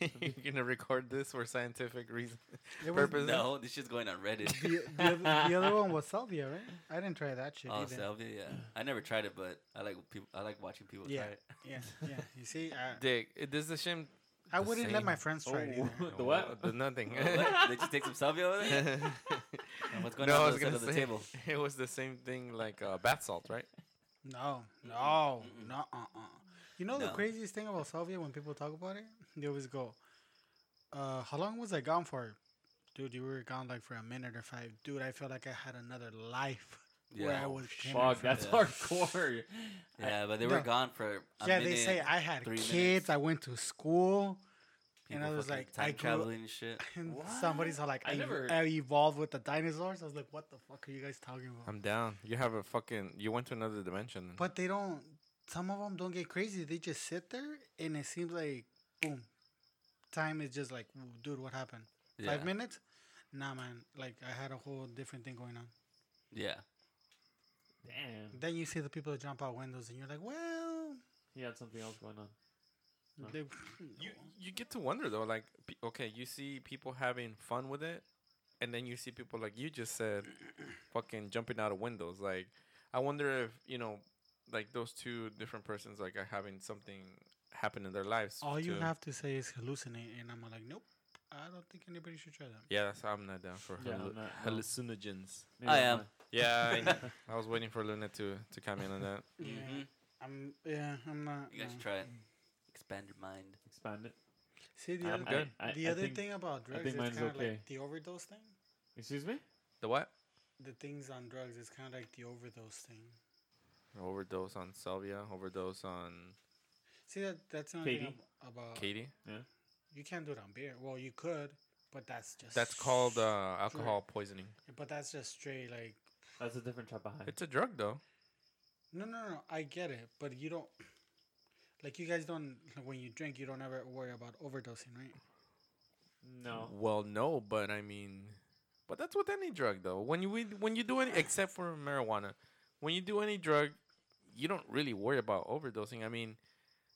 Speaker 2: You're gonna record this for scientific reason
Speaker 4: It was-
Speaker 2: purpose.
Speaker 1: No, this shit's going on Reddit.
Speaker 4: The, the, oth- the other one was Salvia, right? I didn't try that shit
Speaker 1: Oh,
Speaker 4: either.
Speaker 1: Salvia, yeah. I never tried it, but I like people. I like watching people
Speaker 4: Yeah.
Speaker 1: try it.
Speaker 4: Yeah, yeah. You see, I,
Speaker 2: Dick, eh, it- this is a shame.
Speaker 4: I
Speaker 2: the
Speaker 4: wouldn't let
Speaker 2: same.
Speaker 4: my friends try it
Speaker 3: Oh,
Speaker 4: either.
Speaker 3: the what?
Speaker 2: The nothing.
Speaker 1: Oh, what? Did you take some salvia over there? And what's going
Speaker 2: no, I
Speaker 1: on
Speaker 2: was
Speaker 1: on the side
Speaker 2: gonna
Speaker 1: of the
Speaker 2: say,
Speaker 1: table?
Speaker 2: It was the same thing like uh, bath salt, right?
Speaker 4: No, no, no, uh, uh. You know the
Speaker 1: No.
Speaker 4: craziest thing about Salvia when people talk about it, they always go, "Uh, how long was I gone for?" Dude, you were gone like for a minute or five. Dude, I felt like I had another life where I
Speaker 1: Yeah,
Speaker 4: was. came
Speaker 3: Fuck,
Speaker 4: from.
Speaker 3: that's
Speaker 1: Yeah.
Speaker 3: hardcore.
Speaker 1: yeah, but they were
Speaker 4: No.
Speaker 1: gone for. A
Speaker 4: yeah,
Speaker 1: minute.
Speaker 4: they say I had
Speaker 1: three
Speaker 4: kids.
Speaker 1: minutes.
Speaker 4: I went to school. and I
Speaker 1: People
Speaker 4: was
Speaker 1: fucking
Speaker 4: like,
Speaker 1: time
Speaker 4: I grew-
Speaker 1: traveling and shit.
Speaker 4: And somebody's all like,
Speaker 3: I
Speaker 4: I, e-,
Speaker 3: never-
Speaker 4: I evolved with the dinosaurs. I was like, what the fuck are you guys talking about?
Speaker 2: I'm down. You have a fucking. You went to another dimension.
Speaker 3: Mm-hmm.
Speaker 4: But they don't. Some of them don't get crazy. They just sit there, and it seems like boom, time is just like, "Ooh, dude, what happened?
Speaker 1: Yeah,
Speaker 4: Five minutes? Nah, man. Like I had a whole different thing going on.
Speaker 1: yeah.
Speaker 3: Damn.
Speaker 4: Then you see the people that jump out windows, and you're like, well,
Speaker 3: He had something else going on. Huh.
Speaker 4: they,
Speaker 2: You you get to wonder though, like pe- okay, you see people having fun with it, and then you see people like you just said, fucking jumping out of windows. Like, I wonder if you know, like those two different persons like are having something happen in their lives.
Speaker 4: all you
Speaker 2: to-
Speaker 4: have to say is hallucinate, and I'm like, nope, I don't think anybody should try that.
Speaker 2: Yeah, that's, I'm not down for
Speaker 3: Yeah,
Speaker 2: hallu-
Speaker 3: I'm not- no.
Speaker 2: hallucinogens.
Speaker 1: I
Speaker 3: Neither
Speaker 1: am.
Speaker 3: I.
Speaker 2: Yeah, I, know. I was waiting for Luna to to comment on that.
Speaker 1: Mm-hmm.
Speaker 4: I'm, yeah, I'm not.
Speaker 1: You guys
Speaker 4: no.
Speaker 1: should try it. Expand your mind.
Speaker 3: Expand it.
Speaker 4: See the
Speaker 2: I'm
Speaker 4: other,
Speaker 3: I-
Speaker 2: good.
Speaker 3: I-
Speaker 4: the
Speaker 3: I
Speaker 4: other
Speaker 3: think-
Speaker 4: thing about drugs
Speaker 3: think
Speaker 4: is
Speaker 3: mine's
Speaker 4: kind of
Speaker 3: okay.
Speaker 4: like the overdose thing.
Speaker 3: Excuse me?
Speaker 2: The what?
Speaker 4: The things on drugs is kind of like the overdose thing.
Speaker 2: Overdose on salvia. Overdose on
Speaker 4: See that that's the only thing
Speaker 3: Katie?
Speaker 4: ab- about
Speaker 2: Katie.
Speaker 4: you can't do it on beer. Well, you could, but that's just
Speaker 2: That's called uh, alcohol poisoning.
Speaker 4: But that's just straight like
Speaker 3: That's a different trap behind.
Speaker 2: It's a drug though.
Speaker 4: no, no, no. I get it, but you don't like you guys don't when you drink you don't ever worry about overdosing, right?
Speaker 3: no.
Speaker 2: Well, no, but I mean, but that's with any drug though. When you we- when you do any, except for marijuana, when you do any drug, you don't really worry about overdosing. I mean,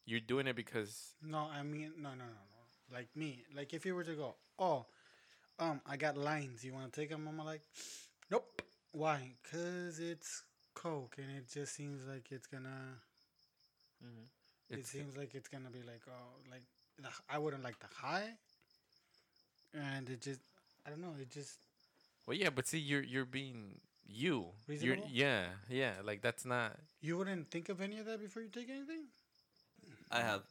Speaker 2: you're doing it because
Speaker 4: No, I mean no, no, no, no. Like me, like if you were to go, oh, um, I got lines. You want to take them? I'm like, nope. Why? Cause it's coke, and it just seems like it's gonna.
Speaker 3: Mm-hmm.
Speaker 4: it
Speaker 2: it's
Speaker 4: seems like it's gonna be like oh like the, h- I wouldn't like the high, and it just I don't know it just
Speaker 2: well, yeah. But see, you're you're being you. You're,
Speaker 4: Reasonable?
Speaker 2: yeah, yeah. Like that's not.
Speaker 4: you wouldn't think of any of that before you take anything.
Speaker 1: I have.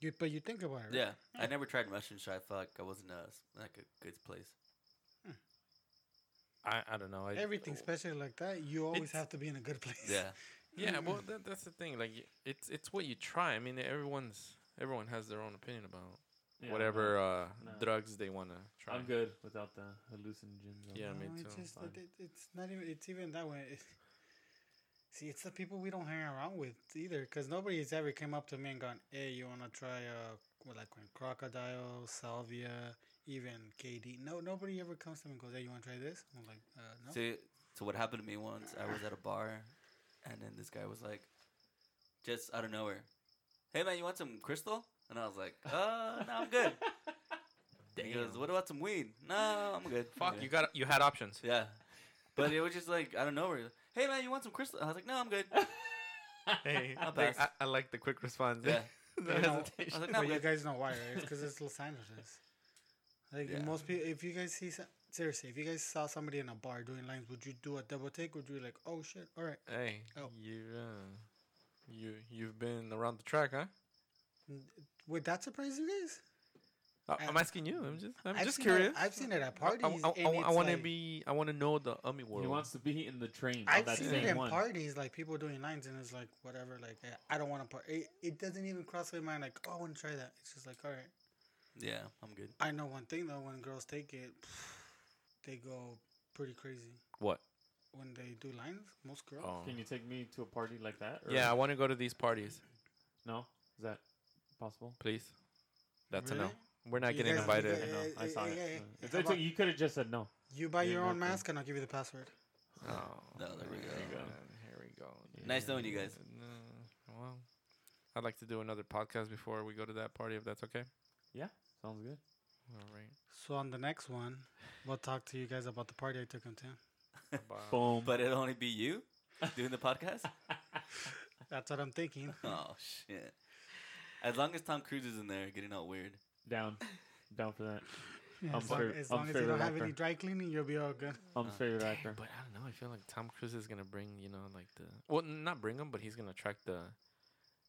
Speaker 4: You but you think about it. Right?
Speaker 1: Yeah. I never tried mushrooms, so I felt like I wasn't uh, s- like a good place.
Speaker 2: I I don't know. I,
Speaker 4: Everything special like that, you always
Speaker 2: It's-
Speaker 4: have to be in a good place.
Speaker 1: Yeah.
Speaker 2: Yeah, well, that, that's the thing. Like, y- it's it's what you try. I mean, everyone's everyone has their own opinion about whatever uh,
Speaker 3: No.
Speaker 2: drugs they want to try.
Speaker 3: I'm good without the hallucinogens.
Speaker 2: Yeah, me
Speaker 4: No,
Speaker 2: too.
Speaker 4: It's just
Speaker 3: fine.
Speaker 4: it, it, it's not even it's even that way. It, see, it's the people we don't hang around with either, because nobody's ever came up to me and gone, "Hey, you wanna try uh what, like when crocodile, salvia, even KD?" No, nobody ever comes to me and goes, "Hey, you wanna try this?" I'm like, uh, "No."
Speaker 1: See, so what happened to me once, I was at a bar, and then this guy was like, just out of nowhere, "Hey man, you want some crystal?" And I was like, "Uh, no, I'm good." He goes, "What about some weed?" No, I'm good.
Speaker 2: Fuck,
Speaker 1: Yeah.
Speaker 2: you got you had options.
Speaker 1: Yeah, but it was just like out of nowhere. Hey man, you want some crystal? I was like, "No, I'm good."
Speaker 2: Hey,
Speaker 1: I'll
Speaker 2: they-
Speaker 1: pass.
Speaker 2: I, I like the quick response.
Speaker 1: Yeah.
Speaker 2: No
Speaker 4: You know,
Speaker 2: hesitation.
Speaker 1: I was like, "No,
Speaker 4: But
Speaker 1: I'm
Speaker 4: you
Speaker 1: good."
Speaker 4: guys know why, right? It's because it's Los Angeles. Like
Speaker 1: Yeah.
Speaker 4: most people, if you guys see so- seriously, if you guys saw somebody in a bar doing lines, would you do a double take? Would you be like, "Oh shit, all right"?
Speaker 2: Hey,
Speaker 4: Oh.
Speaker 2: you uh, you you've been around the track, huh?
Speaker 4: Would that surprise you guys?
Speaker 2: I, I'm
Speaker 4: Uh,
Speaker 2: asking you. I'm just I'm
Speaker 4: I've
Speaker 2: just
Speaker 4: seen it-
Speaker 2: curious.
Speaker 4: I've seen it at
Speaker 2: I- I-
Speaker 4: parties.
Speaker 2: I,
Speaker 4: and it's
Speaker 2: want to
Speaker 4: like-
Speaker 2: be. I want to know the ummy world.
Speaker 3: He wants to be in the train. on
Speaker 4: I've
Speaker 3: that
Speaker 4: seen
Speaker 3: same
Speaker 4: it in
Speaker 3: one.
Speaker 4: parties, like people doing lines, and it's like whatever. Like eh, I, I don't want to part. It, it doesn't even cross my mind. Like oh, I want to try that. It's just like all right.
Speaker 1: Yeah, I'm good.
Speaker 4: I know one thing though. When girls take it, they go pretty crazy.
Speaker 2: what?
Speaker 4: When they do lines, most girls.
Speaker 2: Oh.
Speaker 3: Can you take me to a party like that? or-
Speaker 2: Um, Yeah, I want to go to these parties,
Speaker 3: No? Is that possible?
Speaker 2: please. That's a no.
Speaker 4: Really?
Speaker 2: We're not
Speaker 4: You
Speaker 2: getting
Speaker 4: guys- you
Speaker 2: invited.
Speaker 3: I know.
Speaker 4: Yeah,
Speaker 3: I saw
Speaker 4: yeah,
Speaker 3: it.
Speaker 4: yeah,
Speaker 3: Uh,
Speaker 4: yeah.
Speaker 3: if they
Speaker 4: How about-
Speaker 3: took- you could have just said no.
Speaker 4: You buy
Speaker 3: Yeah,
Speaker 4: your own
Speaker 3: nothing.
Speaker 4: mask, and I'll give you the password.
Speaker 2: Oh,
Speaker 1: No, there we go.
Speaker 3: There you go.
Speaker 2: man, Here we go.
Speaker 1: Nice knowing you guys.
Speaker 2: No, well, I'd like to do another podcast before we go to that party, if that's okay.
Speaker 3: Sounds good.
Speaker 2: All right.
Speaker 4: So on the next one, we'll talk to you guys about the party I took him to.
Speaker 2: Bye.
Speaker 3: Boom.
Speaker 1: But it'll only be you doing the podcast.
Speaker 4: That's what I'm thinking.
Speaker 1: Oh shit! As long as Tom Cruise is in there, getting all weird.
Speaker 3: down. Down for that.
Speaker 4: Yeah,
Speaker 3: I'm
Speaker 4: as long,
Speaker 3: fair-
Speaker 4: as,
Speaker 3: I'm
Speaker 4: long as
Speaker 3: fair
Speaker 4: you don't have
Speaker 3: rapper.
Speaker 4: any dry cleaning, you'll be all good.
Speaker 3: Tom's
Speaker 1: Uh,
Speaker 3: favorite
Speaker 2: Oh. Dang,
Speaker 3: actor.
Speaker 2: but I don't know. I feel like Tom Cruise is gonna bring, you know, like the well, n- not bring him, but he's gonna attract the,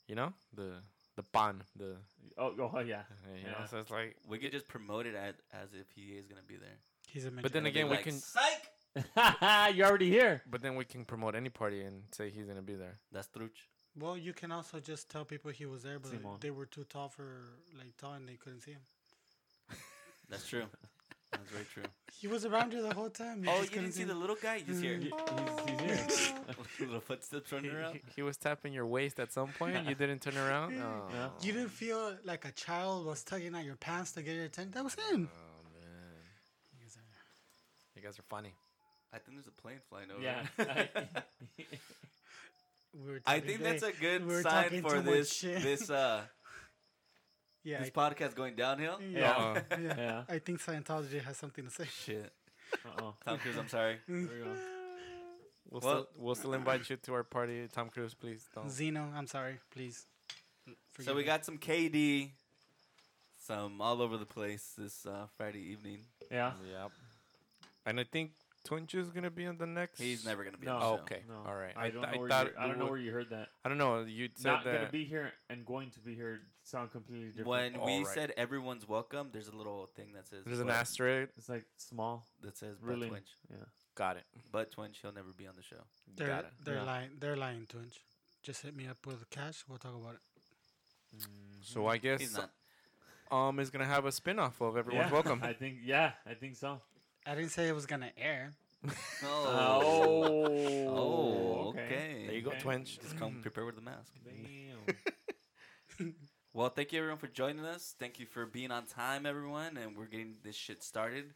Speaker 2: you know, the the pan, the uh,
Speaker 3: Oh, oh, yeah.
Speaker 2: you know.
Speaker 3: Yeah.
Speaker 2: So it's like,
Speaker 1: We could just promote it as, as if he is gonna be there.
Speaker 4: He's a
Speaker 2: But then
Speaker 1: It'll be
Speaker 2: again, we
Speaker 1: like,
Speaker 2: can-
Speaker 1: Psych.
Speaker 3: You're already here.
Speaker 2: but then we can promote any party and say he's gonna be there.
Speaker 1: That's Truch.
Speaker 4: Well, you can also just tell people he was there, but
Speaker 3: Simon.
Speaker 4: they were too tall for like tall and they couldn't see him.
Speaker 1: That's true. That's very true.
Speaker 4: He was around you the whole
Speaker 1: Oh, you
Speaker 4: time. just
Speaker 1: didn't
Speaker 4: couldn't
Speaker 1: see the little guy? You just hear
Speaker 3: He- he's, he's here.
Speaker 1: little footsteps
Speaker 2: He,
Speaker 1: running around.
Speaker 2: he- he was tapping your waist at some point. You didn't turn around. Oh,
Speaker 3: Yeah.
Speaker 4: You didn't feel like a child was tugging at your pants to get your attention. That was
Speaker 2: oh
Speaker 4: him.
Speaker 2: man, you guys are funny.
Speaker 1: I think there's a plane flying over.
Speaker 3: Yeah.
Speaker 4: We were
Speaker 1: I
Speaker 4: talking
Speaker 1: think that's
Speaker 4: today.
Speaker 1: a good
Speaker 4: we were
Speaker 1: sign
Speaker 4: talking
Speaker 1: for
Speaker 4: too much
Speaker 1: this
Speaker 4: shit.
Speaker 1: this uh
Speaker 4: yeah. Mm.
Speaker 1: this podcast going downhill.
Speaker 4: Yeah.
Speaker 2: Uh-uh.
Speaker 4: I, yeah.
Speaker 3: yeah.
Speaker 4: I think Scientology has something to say. Mm.
Speaker 1: Shit,
Speaker 3: Uh-oh.
Speaker 1: Tom Cruise, I'm sorry.
Speaker 3: There we go.
Speaker 1: Well-
Speaker 2: We'll, still, we'll still invite you to our party, Tom Cruise. Please don't.
Speaker 4: Zeno, I'm sorry, please.
Speaker 1: so
Speaker 4: forgive
Speaker 1: we
Speaker 4: me.
Speaker 1: got some KD, some all over the place this uh, Friday evening.
Speaker 3: Yeah.
Speaker 2: Yep. And I think Twinch is gonna be on the next.
Speaker 1: He's never gonna be.
Speaker 3: No.
Speaker 1: on the
Speaker 2: Oh,
Speaker 1: show.
Speaker 2: okay.
Speaker 3: No.
Speaker 2: All right.
Speaker 3: I don't,
Speaker 2: th-
Speaker 3: know, where
Speaker 2: thought
Speaker 3: you, I
Speaker 2: we
Speaker 3: don't know
Speaker 2: would-
Speaker 3: where you heard that.
Speaker 2: I don't know. You said
Speaker 3: Not gonna
Speaker 2: that.
Speaker 3: be here and going to be here sound completely different.
Speaker 1: When
Speaker 2: All
Speaker 1: we
Speaker 2: right.
Speaker 1: said everyone's welcome, there's a little thing that says
Speaker 2: There's an
Speaker 1: but-
Speaker 2: asterisk.
Speaker 3: it's like small.
Speaker 1: that says but
Speaker 3: Really?
Speaker 1: Twinch.
Speaker 3: Yeah.
Speaker 2: Got it.
Speaker 1: But Twinch, he'll never be on the show.
Speaker 4: They're,
Speaker 2: Got it.
Speaker 4: they're
Speaker 3: Yeah.
Speaker 4: lying. They're lying, Twinch. Just hit me up with cash. We'll talk about it.
Speaker 3: Mm.
Speaker 2: So
Speaker 3: Mhm.
Speaker 2: I guess
Speaker 1: He's not.
Speaker 2: um is gonna have a spin off of everyone's
Speaker 3: Yeah,
Speaker 2: welcome.
Speaker 3: I think. Yeah. I think so.
Speaker 4: I didn't say it was gonna air.
Speaker 1: Oh. Oh, okay.
Speaker 2: there you go,
Speaker 3: Uh,
Speaker 2: Mm.
Speaker 3: Okay.
Speaker 2: Twinch.
Speaker 1: Just come prepare with the mask.
Speaker 3: Damn.
Speaker 1: Well, thank you everyone for joining us. Thank you for being on time, everyone, and we're getting this shit started.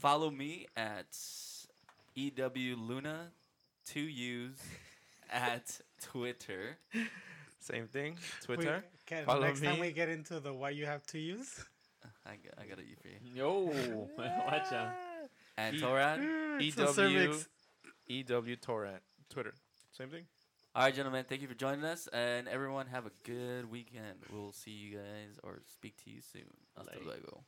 Speaker 1: Follow me at ewluna, two U's at Twitter.
Speaker 2: Same thing.
Speaker 4: We-
Speaker 2: Twitter.
Speaker 4: can-
Speaker 2: Follow
Speaker 4: next time
Speaker 2: me.
Speaker 4: we get into the why you have to use.
Speaker 1: I got, I got a U for you.
Speaker 3: Yo, Oh, watch out.
Speaker 1: At
Speaker 2: E-
Speaker 1: Torad.
Speaker 2: E
Speaker 4: It's a
Speaker 2: W
Speaker 4: cervix.
Speaker 2: E W Torrent. Twitter. Same thing.
Speaker 1: All right, gentlemen, thank you for joining us, and everyone have a good weekend. We'll see you guys or speak to you soon. Hasta
Speaker 3: Like-
Speaker 1: luego.